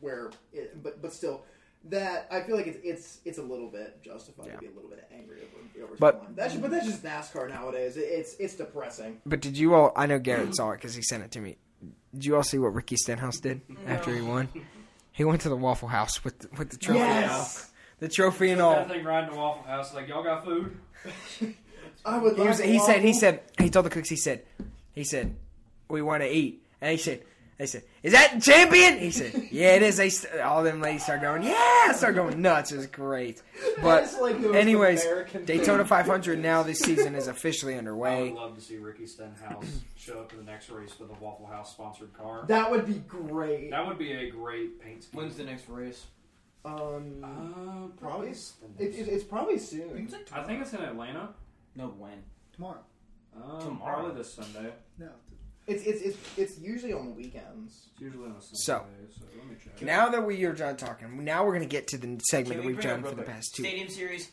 where, it, but but still, that I feel like it's it's it's a little bit justified Yeah. to be a little bit angry over, over But- someone. That's but that's just NASCAR nowadays. It, it's it's depressing. But did you all? I know Garrett saw it because he sent it to me. Did you all see what Ricky Stenhouse did after he won? He went to the Waffle House with the, with the trophy, Yes, the trophy and oh. That all. thing riding to Waffle House, like y'all got food. I would. He, was, love he said. He waffle. said. He told the cooks. He said. He said, "We want to eat." And he said. They said, "Is that the champion?" He said, "Yeah, it is." They st- all them ladies start going, "Yeah!" Start going nuts. It was great. But That's like the most anyways, American thing. Daytona 500 now this season is officially I would underway. love to see Ricky Stenhouse <clears throat> show up to the next race with a Waffle House sponsored car. That would be great. That would be a great paint scheme. When's the next race? Um, Uh, probably. the It's, next- it's, it's probably I think soon. it's like I think it's in Atlanta. No, when? tomorrow. Um, Tomorrow. probably this Sunday. No. It's it's it's, it's usually on the weekends. It's usually on a Sunday. So- So, let me check. Now that we are done talking, now we're gonna get to the segment Can that we we've bring up done real for the quick? past two. Stadium series.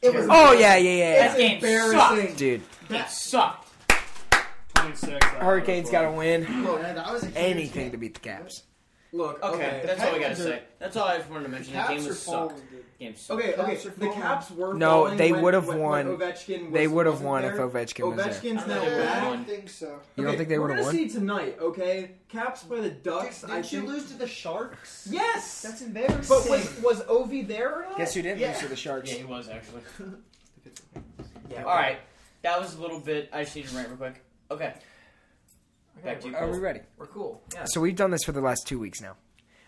It was. Oh yeah, yeah, yeah, That It's game embarrassing. yeah. dude. It sucked. 26. Hurricanes got to win Look, man, that was a huge anything to game. beat the Caps. Look, Okay, okay, that's all we gotta Titans are- say. That's all I just wanted to mention. The game Caps are was sucked. falling, dude. Game sucked. Okay, okay. Caps are The falling. Caps were. No, falling they when- would've when- won. when Ovechkin was, They would have wasn't won there. if Ovechkin was there. You Ovechkin's I now don't know. I back. don't think so. don't Okay, think they we're would have gonna won? see tonight, okay? Caps by the Ducks. I Did you think. lose to the Sharks? Yes. That's embarrassing. but was was Ovi there or not? Guess who didn't Yeah. lose to the Sharks? Yeah, he was <laughs> actually. Yeah. All right, that was a little bit. I just need to rant real quick. Okay, back to you. Are we Cole. ready? We're cool. Yeah. So we've done this for the last two weeks now.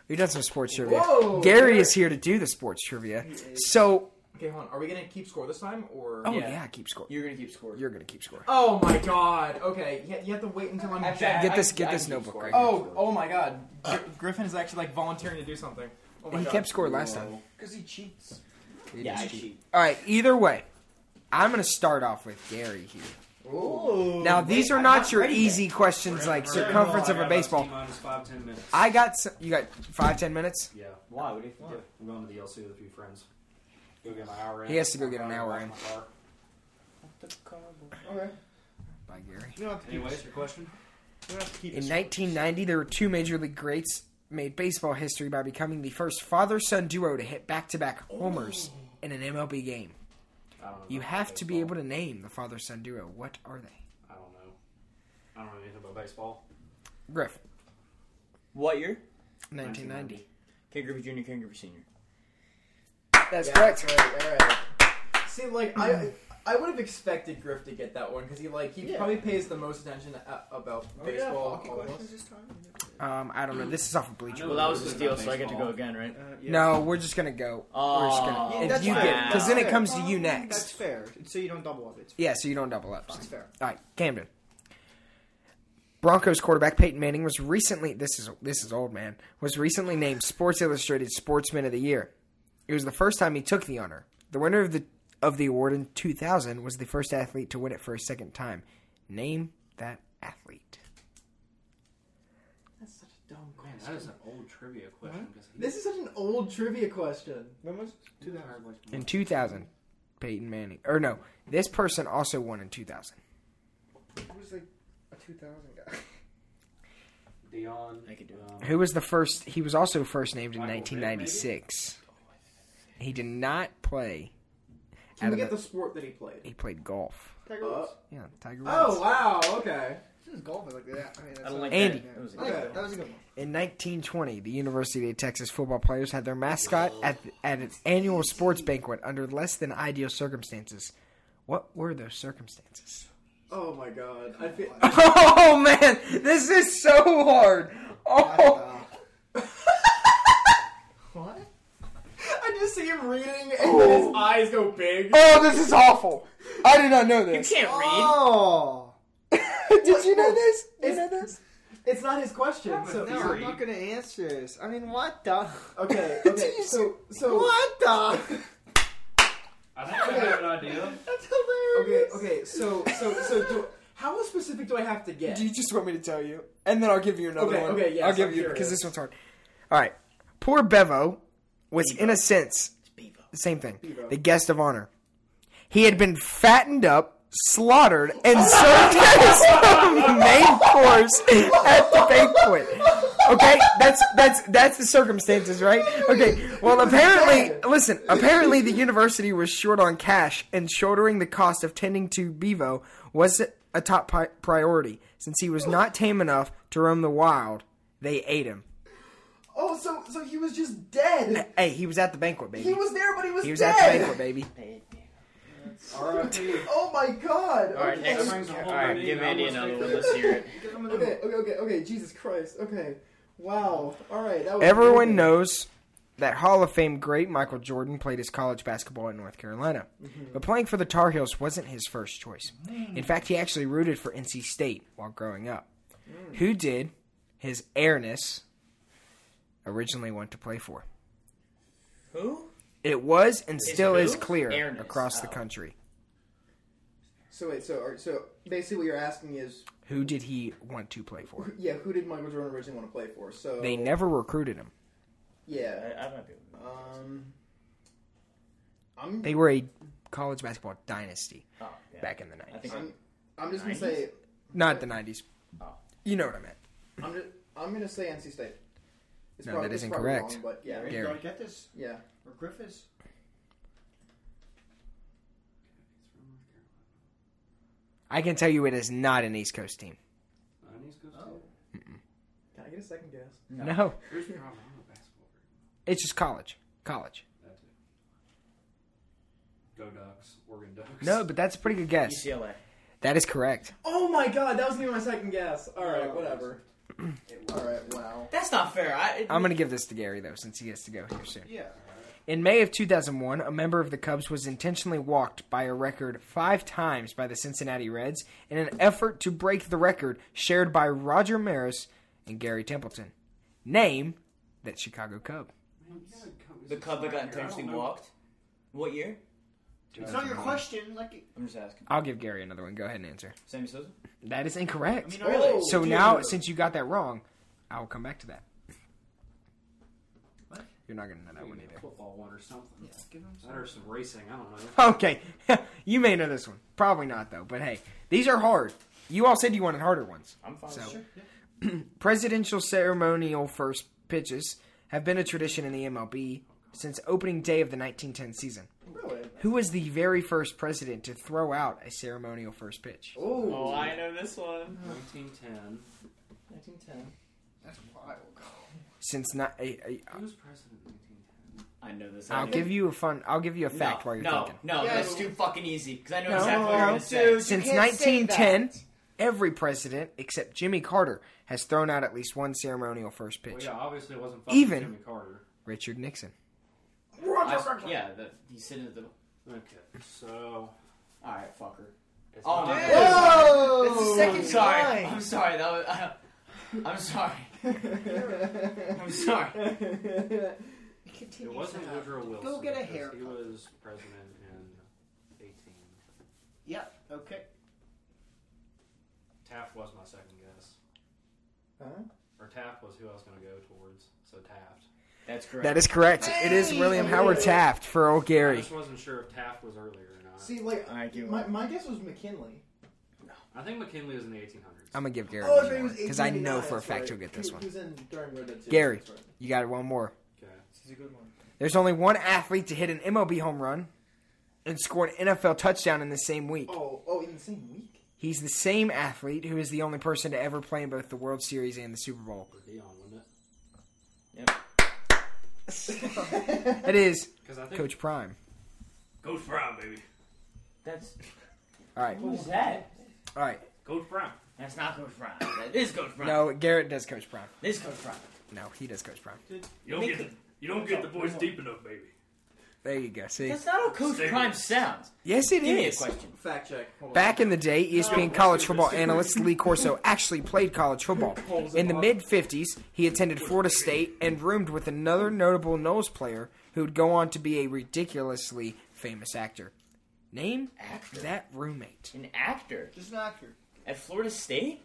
We've done some sports trivia. Whoa, Gary Gary. is here to do the sports trivia. So, Okay, hold on. Are we gonna keep score this time or? oh yeah, Yeah. keep score. You're gonna keep score. You're gonna keep score. Oh my god. Okay, you, you have to wait until I'm Actually, back. I- Get this, I- get I this keep notebook score. right. here. Oh, oh my God! Gr- Griffin is actually like volunteering to do something. Oh my he God. kept score last time. Because he cheats. He Yeah, just I cheated. cheat. All right. Either way, I'm gonna start off with Gary here. Ooh. Now these wait, are I'm not, not your ready easy questions like circumference of a baseball. Minus five, ten minutes. I got some, you got five ten minutes. yeah. Why? What do you yeah. I'm going to the LC with a few friends. Go get my hour in. He has to go get an hour in. Okay. By Gary. You don't have to keep Anyways, it. your question? You don't have to keep In it. 1990, there were two major league greats made baseball history by becoming the first father-son duo to hit back-to-back homers in an MLB game. I don't know. You about have to be baseball. able to name the father-son duo. What are they? I don't know. I don't know anything about baseball. Griff, What year? 1990. Ken Griffey Jr. Ken Griffey Sr. That's Yeah, correct. That's right. All right. See, like I, I would have expected Griff to get that one because he like he Yeah. probably pays the most attention a- about Oh, yeah, baseball. hockey all of questions us. this time? Um, I don't know. This is off of I Bleacher. know Well, that was a Baseball. steal, so I get to go again, right? Uh, yeah. No, we're just gonna go. we're just gonna. Oh, if that's you fair. get, because then it That's comes to fair. you That's next. fair. So you don't double up. It's Yeah, so you don't double up. That's fair. All right, Camden. Broncos quarterback Peyton Manning was recently this is this is old man was recently named Sports Illustrated Sportsman of the Year. It was the first time he took the honor. The winner of the of the award in 2000 was the first athlete to win it for a second time. Name that athlete. That's such a dumb Man, question. that is an old trivia question. 'cause he- This is such an old trivia question. When was he was hard like- In 2000, Peyton Manning or no, this person also won in 2000. Who was like a 2000 guy? Dion. I could do it. um, Who was the first? He was also first named in Michael Vick, 1996. He did not play. Can out we of get the- the sport that he played? He played golf. Tiger Woods. Uh, Yeah, Tiger Woods. Oh wow. Okay. This is golf. I like that. I, mean, that's I don't like Andy. that. It was a- I like that. That was <laughs> a good one. In 1920, the University of Texas football players had their mascot at, at an annual sports banquet under less than ideal circumstances. What were those circumstances? Oh my God. I feel. <laughs> Oh man, this is so hard. Oh, What? I just see him reading and then his eyes go big. oh, this is awful. I did not know You this. can't read. Oh! <laughs> Did you know this? You It's- know this? It's not his question. So, No, I'm not gonna answer this. I mean, what the? Okay. Okay. Jeez. So so What the? I think I have <laughs> an idea. That's hilarious. Okay, okay. So, so, so, do, how specific do I have to get? Do you just want me to tell you? And then I'll give you another Okay, one. okay, yes, I'll give I'm you curious. because this one's hard. All right. Poor Bevo was in a sense Bevo. the same thing. The guest of honor. He had been fattened up, slaughtered, and served <laughs> as the main course at the banquet. Okay, that's that's that's the circumstances, right? Okay. Well, apparently, listen. Apparently, the university was short on cash, and shouldering the cost of tending to Bevo was a top pri- priority. Since he was not tame enough to roam the wild, they ate him. Oh, so, so he was just dead. Hey, he was at the banquet, baby. He was there, but he was, He was dead. at the banquet, baby. R.I.P. Oh my god. All right, Okay. next. That brings a whole All right, new give meaning. Andy I almost think another one. that- Let's hear <laughs> it. Okay, okay, okay, okay. Jesus Christ. Okay. Wow. All right. That was Mm-hmm. Everyone knows that Hall of Fame great Michael Jordan played his college basketball at North Carolina, Mm-hmm. but playing for the Tar Heels wasn't his first choice. Mm. In fact, he actually rooted for NC State while growing up. Mm. Who did his heiress originally want to play for? Who? It was and still who? is clear Heiress. across the Oh. country. So wait. So all right, so basically, what you're asking is, Who did he want to play for? yeah, who did Michael Jordan originally want to play for? So They never recruited him. I, Yeah. I might be. able Um. I'm. They were a college basketball dynasty to- Oh, yeah. back in the I 90s. think. I'm. I'm just gonna say. Not the 90s. Oh. You know what I meant. I'm. Just, I'm gonna say NC State. It's No, probably- that is it's probably incorrect. wrong, but yeah. Yeah, Gary. you gotta get this. Yeah. Or Griffiths. I can tell you it is not an East Coast team. Nineties goes Oh. Can I get a second guess? No. to- Here's the problem. I'm a basketball girl. It's just college. College. That's it. Go Ducks. Oregon Ducks. No, but that's a pretty good guess. UCLA. That is correct. Oh my god, that was gonna be my second guess. All right, whatever. All right, wow. That's not fair. I, it, I'm going to give this to Gary, though, since he has to go here soon. Yeah. In May of 2001, a member of the Cubs was intentionally walked by a record five times by the Cincinnati Reds in an effort to break the record shared by Roger Maris and Gary Templeton. Name that Chicago Cub. Man, you gotta come- the Cub that got intentionally I don't know. walked. What year? It's not your question. Like, I'm just asking. I'll give Gary another one. Go ahead and answer. Sammy Sosa. That is incorrect. I mean, Oh. really. so dude. now, since you got that wrong, I will come back to that. What? You're not going to know that one either. Football one or something. Yeah, give him That or some racing. I don't know. Okay, <laughs> you may know this one. Probably not though. But hey, these are hard. You all said you wanted harder ones. I'm fine. So- Sure, yeah. <clears throat> Presidential ceremonial first pitches have been a tradition in the MLB since opening day of the 1910 season. Really? Who was the very first president to throw out a ceremonial first pitch? Oh, Oh, I know this one. 1910. 1910. That's wild. Since not, I, Who was president in 1910? I know this. will give you a fun. I'll give you a No, fact while you're no, thinking. No, Yeah, that's but- too fucking easy because I know No, exactly what you're no, gonna say. Since can't say 1910, every president except Jimmy Carter has thrown out at least one ceremonial first pitch. Oh, Well, yeah, obviously it wasn't fucking Even- Jimmy Carter. Richard Nixon. <laughs> I, yeah, that he's sitting at the. All Okay, so right, fucker. it's Oh not- my Dude. god. Oh! That's the second sorry. I'm sorry. That was, <laughs> I, I'm sorry. I'm sorry. <laughs> it wasn't Woodrow Wilson. Go get a because He haircut. was president in 18. Yep. Okay. Taft was my second guess, Huh? or Taft was who I was going to go towards. So Taft. That's correct. That is correct. It is Hey! William Howard Taft for old I Gary. just wasn't sure if Taft was earlier or not. See, like, I give my, up. my guess was McKinley. I think McKinley was in the 1800s. I'm gonna give Gary Oh, so he was because I know 1889, for a that's fact right. you'll get this He- one. he was in during World War II, Gary. that's right. You got one more. okay. This is a good one. There's only one athlete to hit an MLB home run and score an NFL touchdown in the same week. Oh, oh, in the same week? He's the same athlete who is the only person to ever play in both the World Series and the Super Bowl. With Dion, wasn't it? It is Because I think Coach Prime. Coach Brown, baby. That's All right, who's that? all right. Coach Brown. That's not Coach Brown. That is Coach Brown. No, Garrett does Coach Prime. This is Coach Brown. No, he does Coach Prime. You don't get the you don't get the Oh, voice deep enough, baby. There you go. See, That's not how Coach Same. Prime sounds. yes, it Give me a is. question. Fact check. Hold on. Back in the day, E ESPN college football analyst Lee <laughs> Corso actually played college football. In the mid 50s, he attended Florida State and roomed with another notable Knowles player who would go on to be a ridiculously famous actor. Name Actor. that roommate. An actor Just an actor. at Florida State.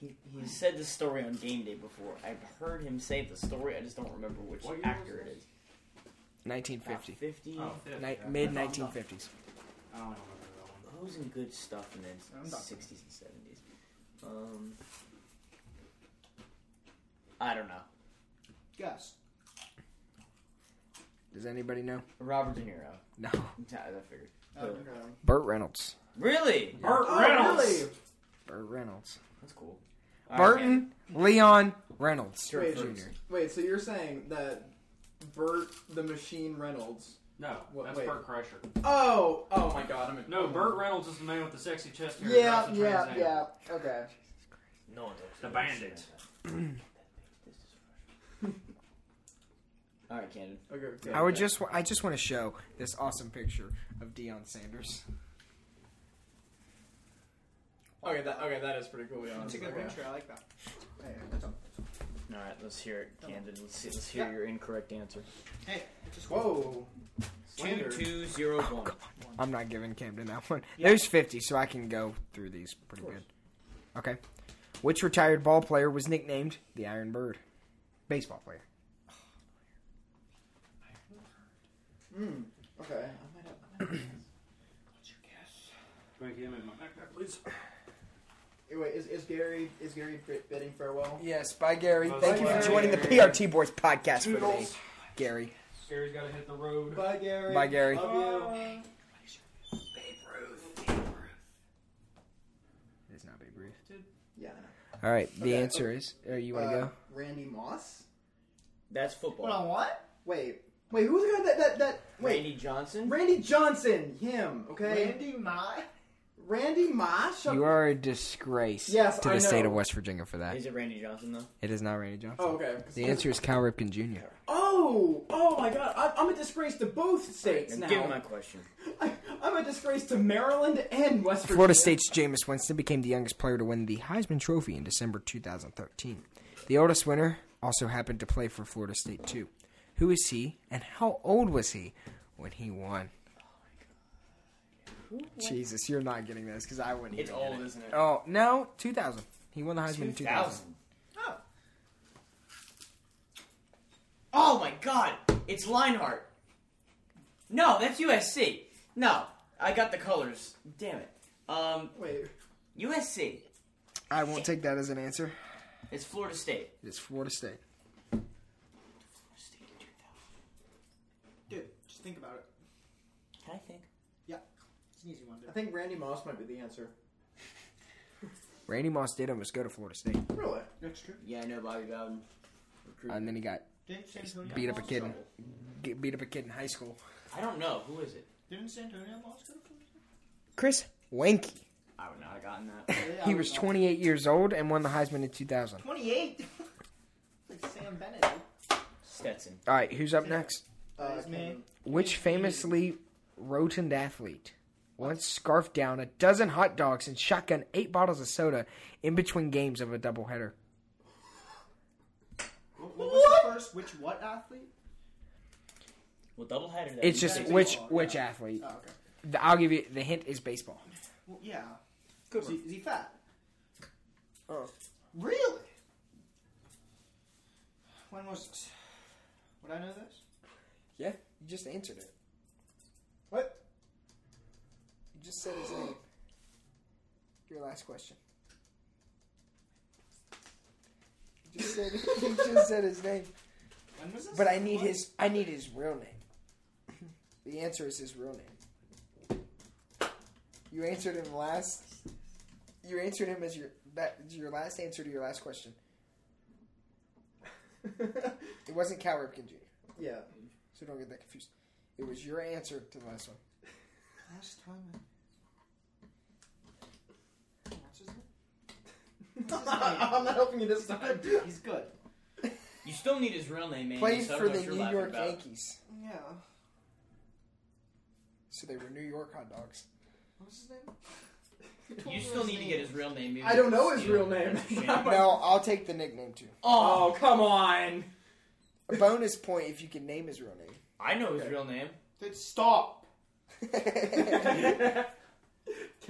He, he said this story on game day before. I've heard him say the story. I just don't remember which What year actor was it this? is. About 1950. 50. Oh, fifth, Ni- yeah. Mid 1950s. I don't remember that one. Who's in good stuff in the I'm not- 60s and 70s? Um, I don't know. Guess. Does anybody know? Robert De Niro. No. I I figured. Oh, Who? okay. Burt Reynolds. Really? Burt Oh, Reynolds. really? Burt Reynolds. That's cool. Burton Leon Reynolds Jr. Wait, Wait, so you're saying that Burt the Machine Reynolds? No, What- that's wait. Burt Kreischer. Oh, oh my God! I'm a, No, Burt Reynolds is the man with the sexy chest hair. Yeah, who drives the Trans yeah, Am. yeah. Okay. No one talks The about this. Bandit. <laughs> All right, Cannon. Okay. okay. I would just wa- I just want to show this awesome picture of Deion Sanders. Okay, that okay, that is pretty cool. Yeah, That's a good okay. picture. I like that. Hey, All right, let's hear it, Camden. Let's see. Let's hear your incorrect answer. hey just Whoa. Two Slander. two zero one. I'm not giving Camden that one. There's 50, so I can go through these pretty good. Okay. Which retired ball player was nicknamed the Iron Bird? Baseball player. Mm, okay. I might have. I might have Can I get him in my backpack, please? Hey, Wait, is, is Gary is Gary bid- bidding farewell? Yes, bye, Gary. Bye, Thank you for Gary. joining the PRT Boys podcast for today, Toodles. Gary. Gary's got to hit the road. Bye, Gary. Bye, Gary. Love you. It's not Babe Ruth. Yeah. I know. All right, the Okay. answer is. Or you want to Uh, go? Randy Moss. That's What football. on what? Wait, wait. Who's the guy that that that? Wait, Randy Johnson. Randy Johnson. Him. Okay. Randy, Randy My? Moss. You are a disgrace Yes, to I the state know. of West Virginia for that. Is it Randy Johnson though? It is not Randy Johnson. Oh, okay. The answer is Cal Ripken Jr. Oh, oh my God! I, I'm a disgrace to both states now. Give him my question. I, I'm a disgrace to Maryland and West Virginia. Florida State's Jameis Winston became the youngest player to win the Heisman Trophy in December 2013. The oldest winner also happened to play for Florida State, too. Who is he, and how old was he when he won? Jesus, you're not getting this because I wouldn't. It's even get old, it. isn't it? Oh no, 2000. He won the Heisman in 2000. Oh. Oh my god! It's Linehart. No, that's USC. No, I got the colors. Damn it. Um, Wait, USC. I won't take that as an answer. It's Florida State. It's Florida State. State 2000. Dude, just think about it. Can I think? Yeah. It's an easy one, dude. I think Randy Moss might be the answer. Randy Moss did almost go to Florida State, Really? That's true. Yeah, I know Bobby Bowden. and then he got Didn't San Antonio beat up a Moss kid. go- In, get beat up a kid in high school. I don't know. Who is it? Didn't San Antonio Moss go to Florida? Chris Wanky. I would not have gotten that. Yeah, He I was know. 28 years old and won the Heisman in 2000. <laughs> 28. like Sam Bennett. dude. Stetson. All right, who's up next? Uh, That's me. Which famously rotund athlete once scarfed down a dozen hot dogs and shotgun eight bottles of soda in between games of a doubleheader? What, what was the first? Which what athlete? Well, doubleheader. that It's we just got. which baseball, which yeah. athlete? Oh, okay. The- I'll give you the hint is baseball. Well, yeah. Good Is one. he, is he fat? Oh. Really? When was this? Would I know this? Yeah, you just answered <laughs> it. What? You just said his name. Your last question. You just said, you just said his name. When was this? But I need What? his I need his real name. The answer is his real name. You answered him last. You answered him as your that is your last answer to your last question. It wasn't Cal Ripken Jr. yeah. So don't get that confused. It was your answer to the last one. <laughs> Last time. I- What's his name? I'm not helping you this time. He's good. You still need his real name, man. Played so I for don't know the what you're New laughing York about. Yankees, Yeah. so they were New York hot dogs. What was his name? You still need to get his real name. even I don't if know it's his real Steele. name. <laughs> That's a shame. No, I'll take the nickname too. oh, Oh come on! <laughs> A bonus point if you can name his real name. I know his real name. Then stop. Can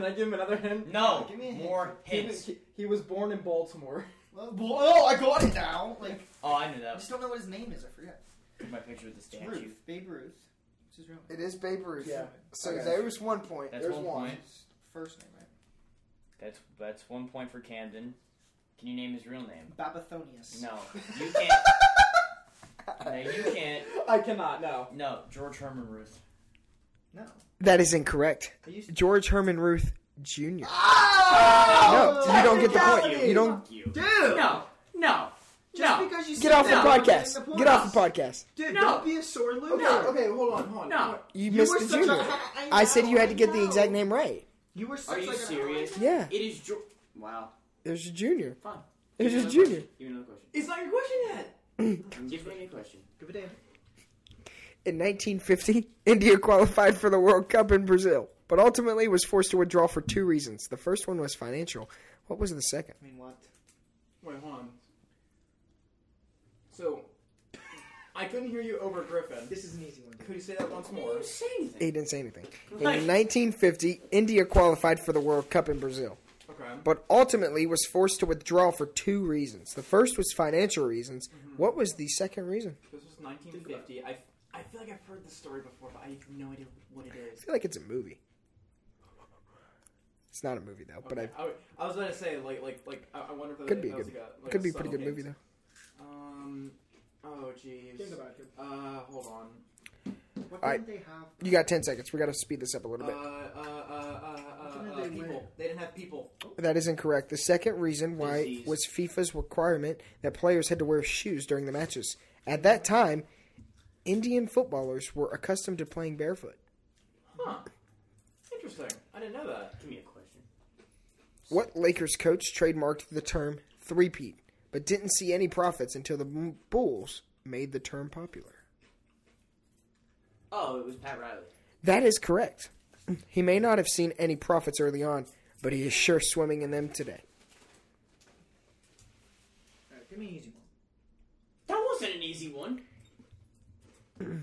I give him another hint? No, Give me a hint. more He, hints. he- he was born in Baltimore. <laughs> Well, bull- Oh, I got it now. Like, Oh, I knew I that. just don't know what his name is. I forgot. was my picture with the statue. Ruth. Babe Ruth. What's his real name? <laughs> It is Babe Ruth. Yeah. So Okay. there was one point. That's There's one, one. point. His first name, right? That's that's one point for Camden. Can you name his real name? Babathonius. No, you can't. no, you can't. I cannot. No. No, George Herman Ruth. No. That is incorrect. I used George Herman Ruth Jr. Ah, Oh! no, you don't get the point. technicality! You don't You. Dude! No, no, Just no, because you get off said the no, I'm podcast. getting the point. get off the podcast. Dude, No. don't be a sore loser. No. Okay, hold on, hold on. no. You, You missed were the such a- junior. I I said you had to get the know. exact name right. You were Are such you like serious? Yeah. It is George. Wow. There's a junior. Fine. There's Give a me another junior. question. Give me another question. It's not your question <clears throat> yet. Give me a question. Give a damn. In 1950, <laughs> India qualified for the World Cup in Brazil, but ultimately was forced to withdraw for two reasons. The first one was financial. What was the second? I mean, what? Wait, hold on. So, I couldn't hear you over Griffin. This is an easy one. Oh, Could you say that once more? Say anything. He didn't say anything. In Like- 1950, India qualified for the World Cup in Brazil, Okay. but ultimately was forced to withdraw for two reasons. The first was financial reasons. What was the second reason? This was 1950. I, I feel like I've heard this story before, but I have no idea what it I is. feel like it's a movie. It's not a movie though, but I I, w- I was going to say, like, like, like, I, I wonder if that could be a that good, was like like could be a pretty subtle good movie hint. though. Um, oh jeez. Think about it. Uh, hold on. What All right. did they have? You got ten seconds. We got to speed this up a Uh, little uh, bit. uh, uh, uh, What did uh, they people. wear? They didn't have people. That is incorrect. The second reason why Disease. was FIFA's requirement that players had to wear shoes during the matches. At that time, Indian footballers were accustomed to playing barefoot. Huh. Interesting. I didn't know that. Give me a question. What Lakers coach trademarked the term threepeat, but didn't see any profits until the M- Bulls made the term popular? Oh, it was Pat Riley. That is correct. <clears throat> He may not have seen any profits early on, but he is sure swimming in them today. All right, give me an easy one. That wasn't an easy one.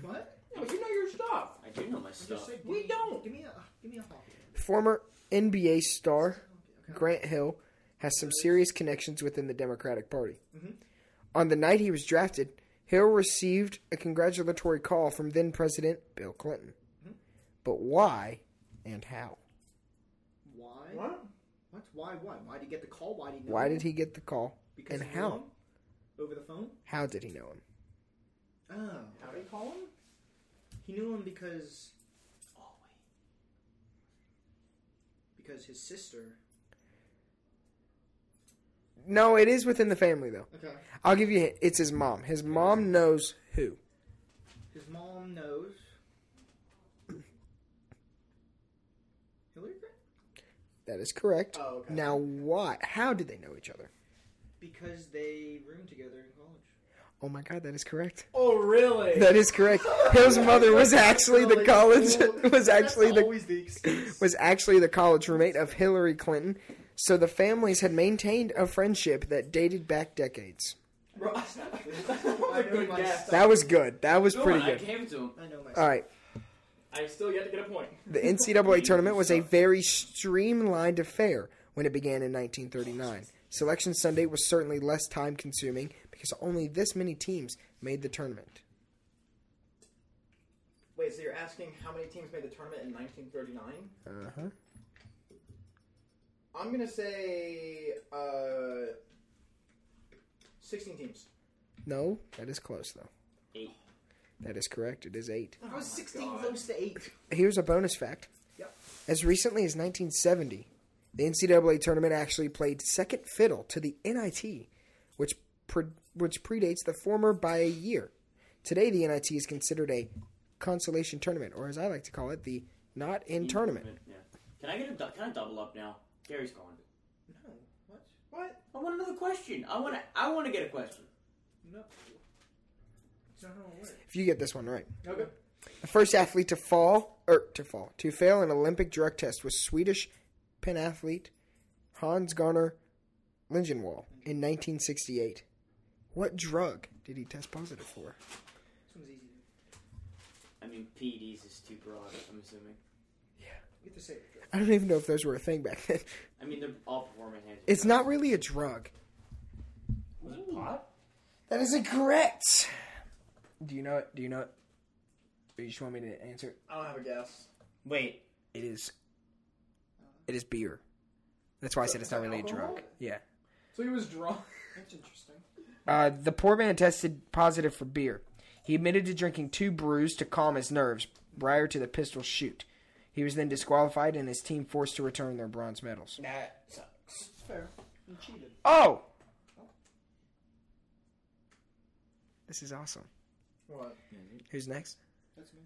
What? No, you know your stuff. I do know my Just stuff. say, give We me- don't. Give me a. ah, Give me a hop. Former NBA star Okay. Grant Hill has some serious connections within the Democratic Party. Mhm. On the night he was drafted, Hill received a congratulatory call from then President Bill Clinton. But why and how? Why? What? What? Why? Why? Why did he get the call? Why did he? Know Why him? did he get the call? Because and he knew how? him? Over the phone? How did he know him? Oh, How do you call him? he knew him because. Oh wait. Because his sister. No, it is within the family, though. Okay. I'll give you a hint. It's his mom. His mom knows who. His mom knows. Hillary Clinton. That is correct. Oh, okay. Now, why? How did they know each other? Because they roomed together in college. Oh my god, that is correct. Oh really? That is correct. Hill's mother was actually Oh, the college <laughs> was actually the always the excuse. was actually the college roommate of Hillary Clinton, so the families had maintained a friendship that dated back decades. Bro, that was <laughs> a know good my guess. That was good. That was Good pretty one, I good. gave it to him. I know my. All right. I still yet to get a point. The NCAA tournament was a very streamlined affair when it began in 1939. Selection Sunday was certainly less time consuming because only this many teams made the tournament. Wait, so you're asking how many teams made the tournament in 1939? Uh huh. I'm gonna say uh, 16 teams. No, that is close though. Eight. That is correct. It is eight. I was 16 God. close to 8. Here's a bonus fact. Yep. As recently as 1970, the NCAA tournament actually played second fiddle to the NIT, which pre- which predates the former by a year. Today, the NIT is considered a consolation tournament, or as I like to call it, the not in tournament. Yeah. Can I get a? du- Can I double up now? Gary's calling. No. What? What? I want another question. I want to. I want to get a question. No. It's not how it works. If you get this one right, Okay. the first athlete to fall or to fall to fail an Olympic drug test was Swedish pen athlete Hans Garner Lingenwall in 1968. What drug did he test positive for? This one's easy. I mean, PEDs is too broad. I'm assuming. Get the safe. drug. I don't even know if those were a thing back then. <laughs> I mean, they're all performance enhancers. It's not really a drug. Was it pot? That is incorrect. Do you know it? Do you know it? Or you just want me to answer? it? I don't have a guess. Wait, It is. It is beer. That's why I said it's not really a Alcohol? drug. Yeah. So he was drunk. <laughs> That's interesting. Uh, the poor man tested positive for beer. He admitted to drinking two brews to calm his nerves prior to the pistol shoot. He was then disqualified and his team forced to return their bronze medals. that sucks. It's fair. You cheated. Oh! This is awesome. What? Who's next? That's me.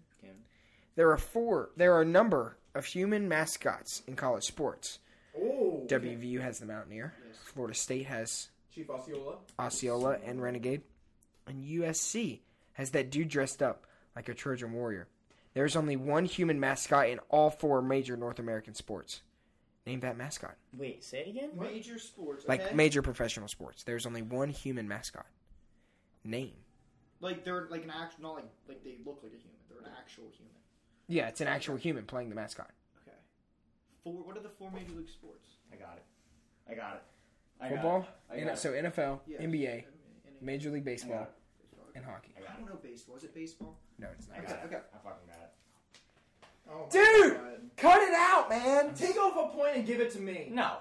There are four. There are a number of human mascots in college sports. Oh. WVU has the Mountaineer. Florida State has Chief Osceola. Osceola and Renegade. And USC has that dude dressed up like a Trojan warrior. There is only one human mascot in all four major North American sports. Name that mascot. Wait, say it again. Major sports. Like okay? major professional sports. There's only one human mascot. Name. like they're like an actual, not like like they look like a human. They're an actual human. Yeah, it's an actual human playing the mascot. Okay. Four. What are the four major league sports? I got it. I got it. I got Football. it. I got N- it. so NFL, Yeah. NBA, NBA, Major League I Baseball, got baseball. and hockey. I don't know baseball. Is it baseball? No, it's not. I got it. Okay. I fucking got it. Oh my Dude! God. Cut it out, man! Take off a point and give it to me. No,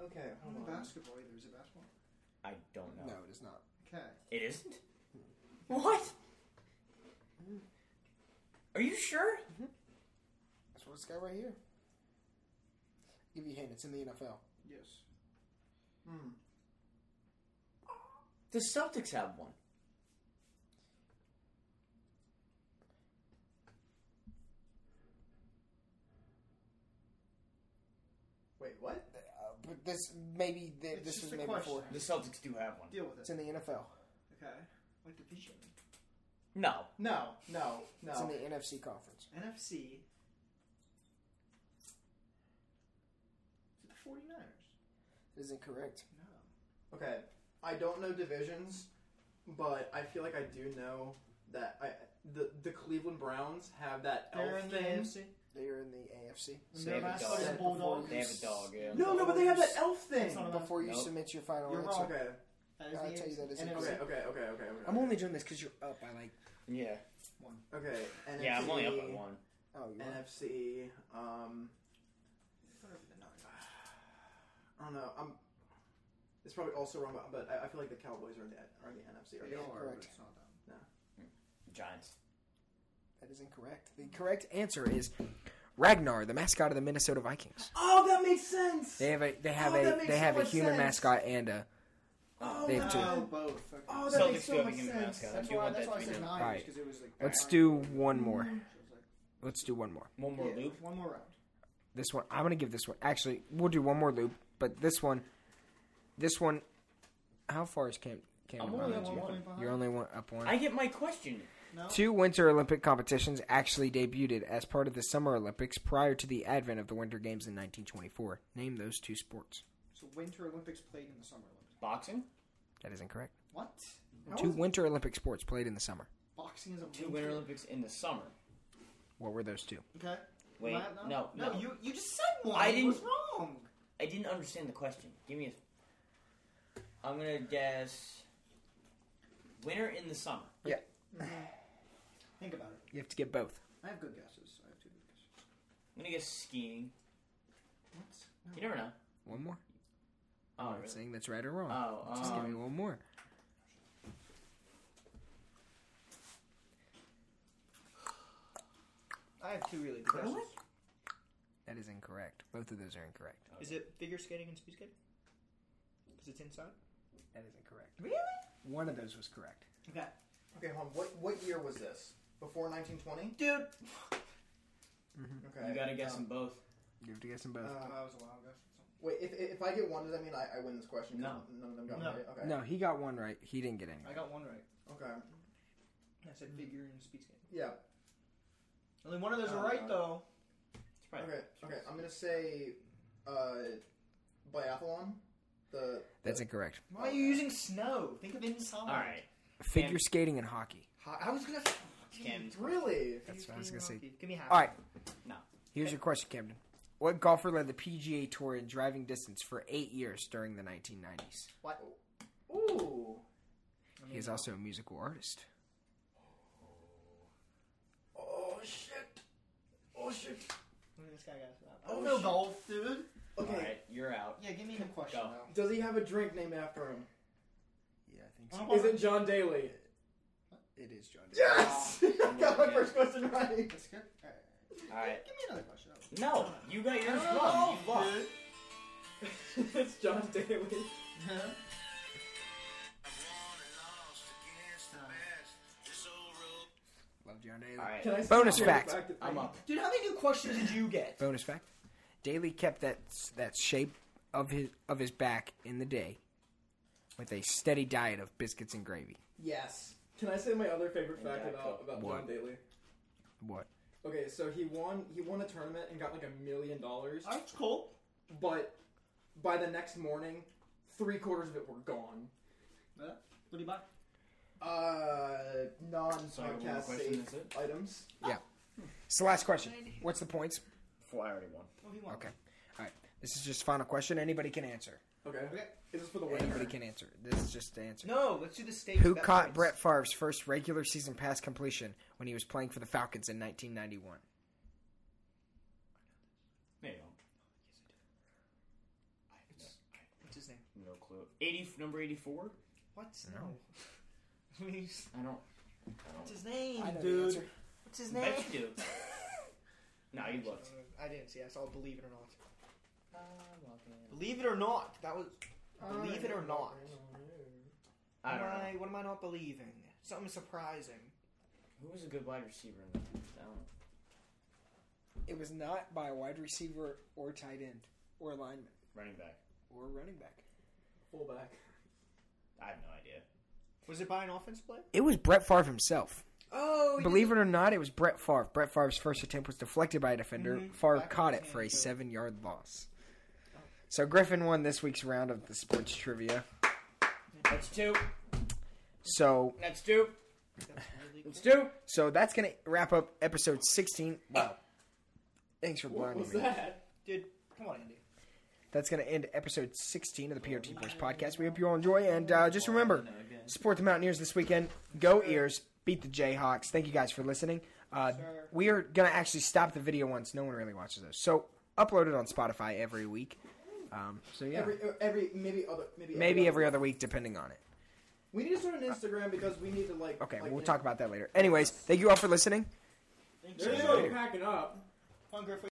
Okay. I don't know basketball either. Is it basketball? I don't know. No, it is not. Okay. It isn't? What? Are you sure? That's what it's got right here. Give you a hint. It's in the NFL. Yes. The Celtics have one. Wait, what? Uh, but this maybe th- It's this just was a made question. before. The Celtics do have one. Deal with It's it. in the NFL. Okay. What division? No. No, no, It's in no. the NFC conference. NFC. Is it the 49ers? It is incorrect. No. Okay. I don't know divisions, but I feel like I do know that I the the Cleveland Browns have that They're elf in the thing. AFC. They are in the AFC. And They their have a mascot dog. is a bulldog. They have a dog, yeah. No, no, but they have that elf That's not thing. a- Before you Nope. submit your final You're answer, wrong. Okay. That I'll is the tell you that is NFC. Okay, okay, okay, okay, okay. I'm only doing this because you're up by like. Yeah. okay. NFC, Yeah, I'm only up by one. Oh, you're up. NFC. Um, <sighs> I don't know. I'm. It's probably also wrong, but- but I, I feel like the Cowboys are in the are in the NFC. Are They are, but Correct. it's not them. Giants. That is incorrect. The correct answer is Ragnar, the mascot of the Minnesota Vikings. Oh, that makes sense. They have a they have Oh, that a makes they have so a much human sense. mascot and a. Oh, They have two. Oh, both. Okay. Oh, that Celtics makes so do have a much human sense. mascot. that's I do why, want that's that why I to be said known. Niners because it was like. Let's Bayern. do one more. So it's like, Let's do one more. One more yeah, loop. One more round. This one I'm gonna give this one. Actually, we'll do one more loop, but this one, this one, how far is Cam? Cam I'm behind you? only one point one. behind. You're only one up one. I get my question. No. Two Winter Olympic competitions actually debuted as part of the Summer Olympics prior to the advent of the Winter Games in 1924. Name those two sports. So Winter Olympics played in the Summer Olympics. Boxing? That is incorrect. What? two Winter Olympic sports played in the summer. Boxing is a Two Winter Olympics in the summer. What were those two? Okay. Wait, Am I up now? no, no, no. You you just said one. I didn't- What's wrong? I didn't understand the question. Give me a. I'm gonna guess. Winter in the summer. Yeah, Think about it. you have to get both. I have good guesses. I have two good guesses. I'm gonna guess skiing. What? You never know. One more. Oh, I'm not really? saying that's right or wrong. Oh, Just give me um, one more. I have two really good Curling? guesses. That is incorrect. Both of those are incorrect. Is it figure skating and speed skating? Because it's inside. That is incorrect. Really? One of those was correct. Okay. Okay, hold on. What what year was this? Before 1920? Dude, Okay. you gotta guess them both. You have to guess them both. Uh, that was a while ago. Wait, if, if I get one, does that mean I, I win this question? 'Cause No. None of them got No. it. Okay. no, he got one right. He didn't get any. I got one right. Okay. I said figure and speed skating. Yeah. Only one of those Oh, are right God. though. It's probably- Okay. Okay. I'm gonna say, uh, biathlon. The That's incorrect. Why are you using snow? Think of inside. All right. Figure And- skating and hockey. Ho- I was gonna. Camden's Really? That's what I was gonna say. Give me half. All right, No. here's your question, Camden. What golfer led the PGA Tour in driving distance for eight years during the 1990s? What? Ooh. He is also a musical artist. Oh shit. Oh shit. Look at This guy got I don't know golf, dude. Okay. Alright, you're out. Oh, Yeah, give me a question Go. though. Does he have a drink named after him? Yeah, I think so. Is it John Daly? It is John. Yes! I <laughs> got my first question <laughs> right. That's good. All right. Alright. Give me another question. though. No, you got yours I don't wrong. know, You dude. fuck. it's John Daly. Love John Daly. Alright. Can I Bonus see- fact. Back to- I'm up. Dude, how many new questions did you get? Bonus fact: Daly kept that that shape of his of his back in the day with a steady diet of biscuits and gravy. Yes. Can I say my other favorite fact Yeah, about, about What? John Daly? What? Okay, so he won he won a tournament and got like a million dollars, That's cool. but by the next morning, three quarters of it were gone. What do you buy? Uh, Sorry, one more non-podcast question, safe is it? items. Yeah. It's the last question. What's the points? Four, I already won. What do you want? Okay. All right. This is just final question. Anybody can answer. Okay. Okay. Is this for the Anybody winner? can answer. This is just the answer. No, let's do the state. Who that caught points. Brett Favre's first regular season pass completion when he was playing for the Falcons in 1991? No, you don't. What's his name? No clue. 80, number 84? What's <laughs> No. no? What's I don't. his name, know the dude? answer. What's his name? Bet you do. no, you looked. I didn't see. I saw Believe It or Not. I Believe It or Not. That was Believe It or Not. don't Why- know. What am I not believing? Something surprising. Who was a good wide receiver in that? I don't It was not by a wide receiver or tight end or lineman Running back. or running back. Fullback. I have no idea. Was it by an offense play? It was Brett Favre himself. Oh, Believe it or not, it was Brett Favre. Brett Favre's first attempt was deflected by a defender. Favre Mm-hmm. Back caught in it the for a hand, too. seven yard loss. So Griffin won this week's round of the sports trivia. That's two. So That's two. That's really cool. That's two. so that's gonna wrap up episode sixteen. Wow. Thanks for What blinding was me. that? Dude, come on, Andy. That's gonna end episode sixteen of the POT Boys podcast. We hope you all enjoy and uh, just remember support the Mountaineers this weekend. Go Ears, beat the Jayhawks. Thank you guys for listening. Uh, Sure. we are gonna actually stop the video once. No one really watches those. So upload it on Spotify every week. Um, so yeah. Every er, every maybe other maybe Maybe other- every other week, depending on it. We need to start an Instagram because we need to like. Okay, like, we'll talk about that later. Anyways, thank you all for listening. There's no packing up. Come on, Griffin.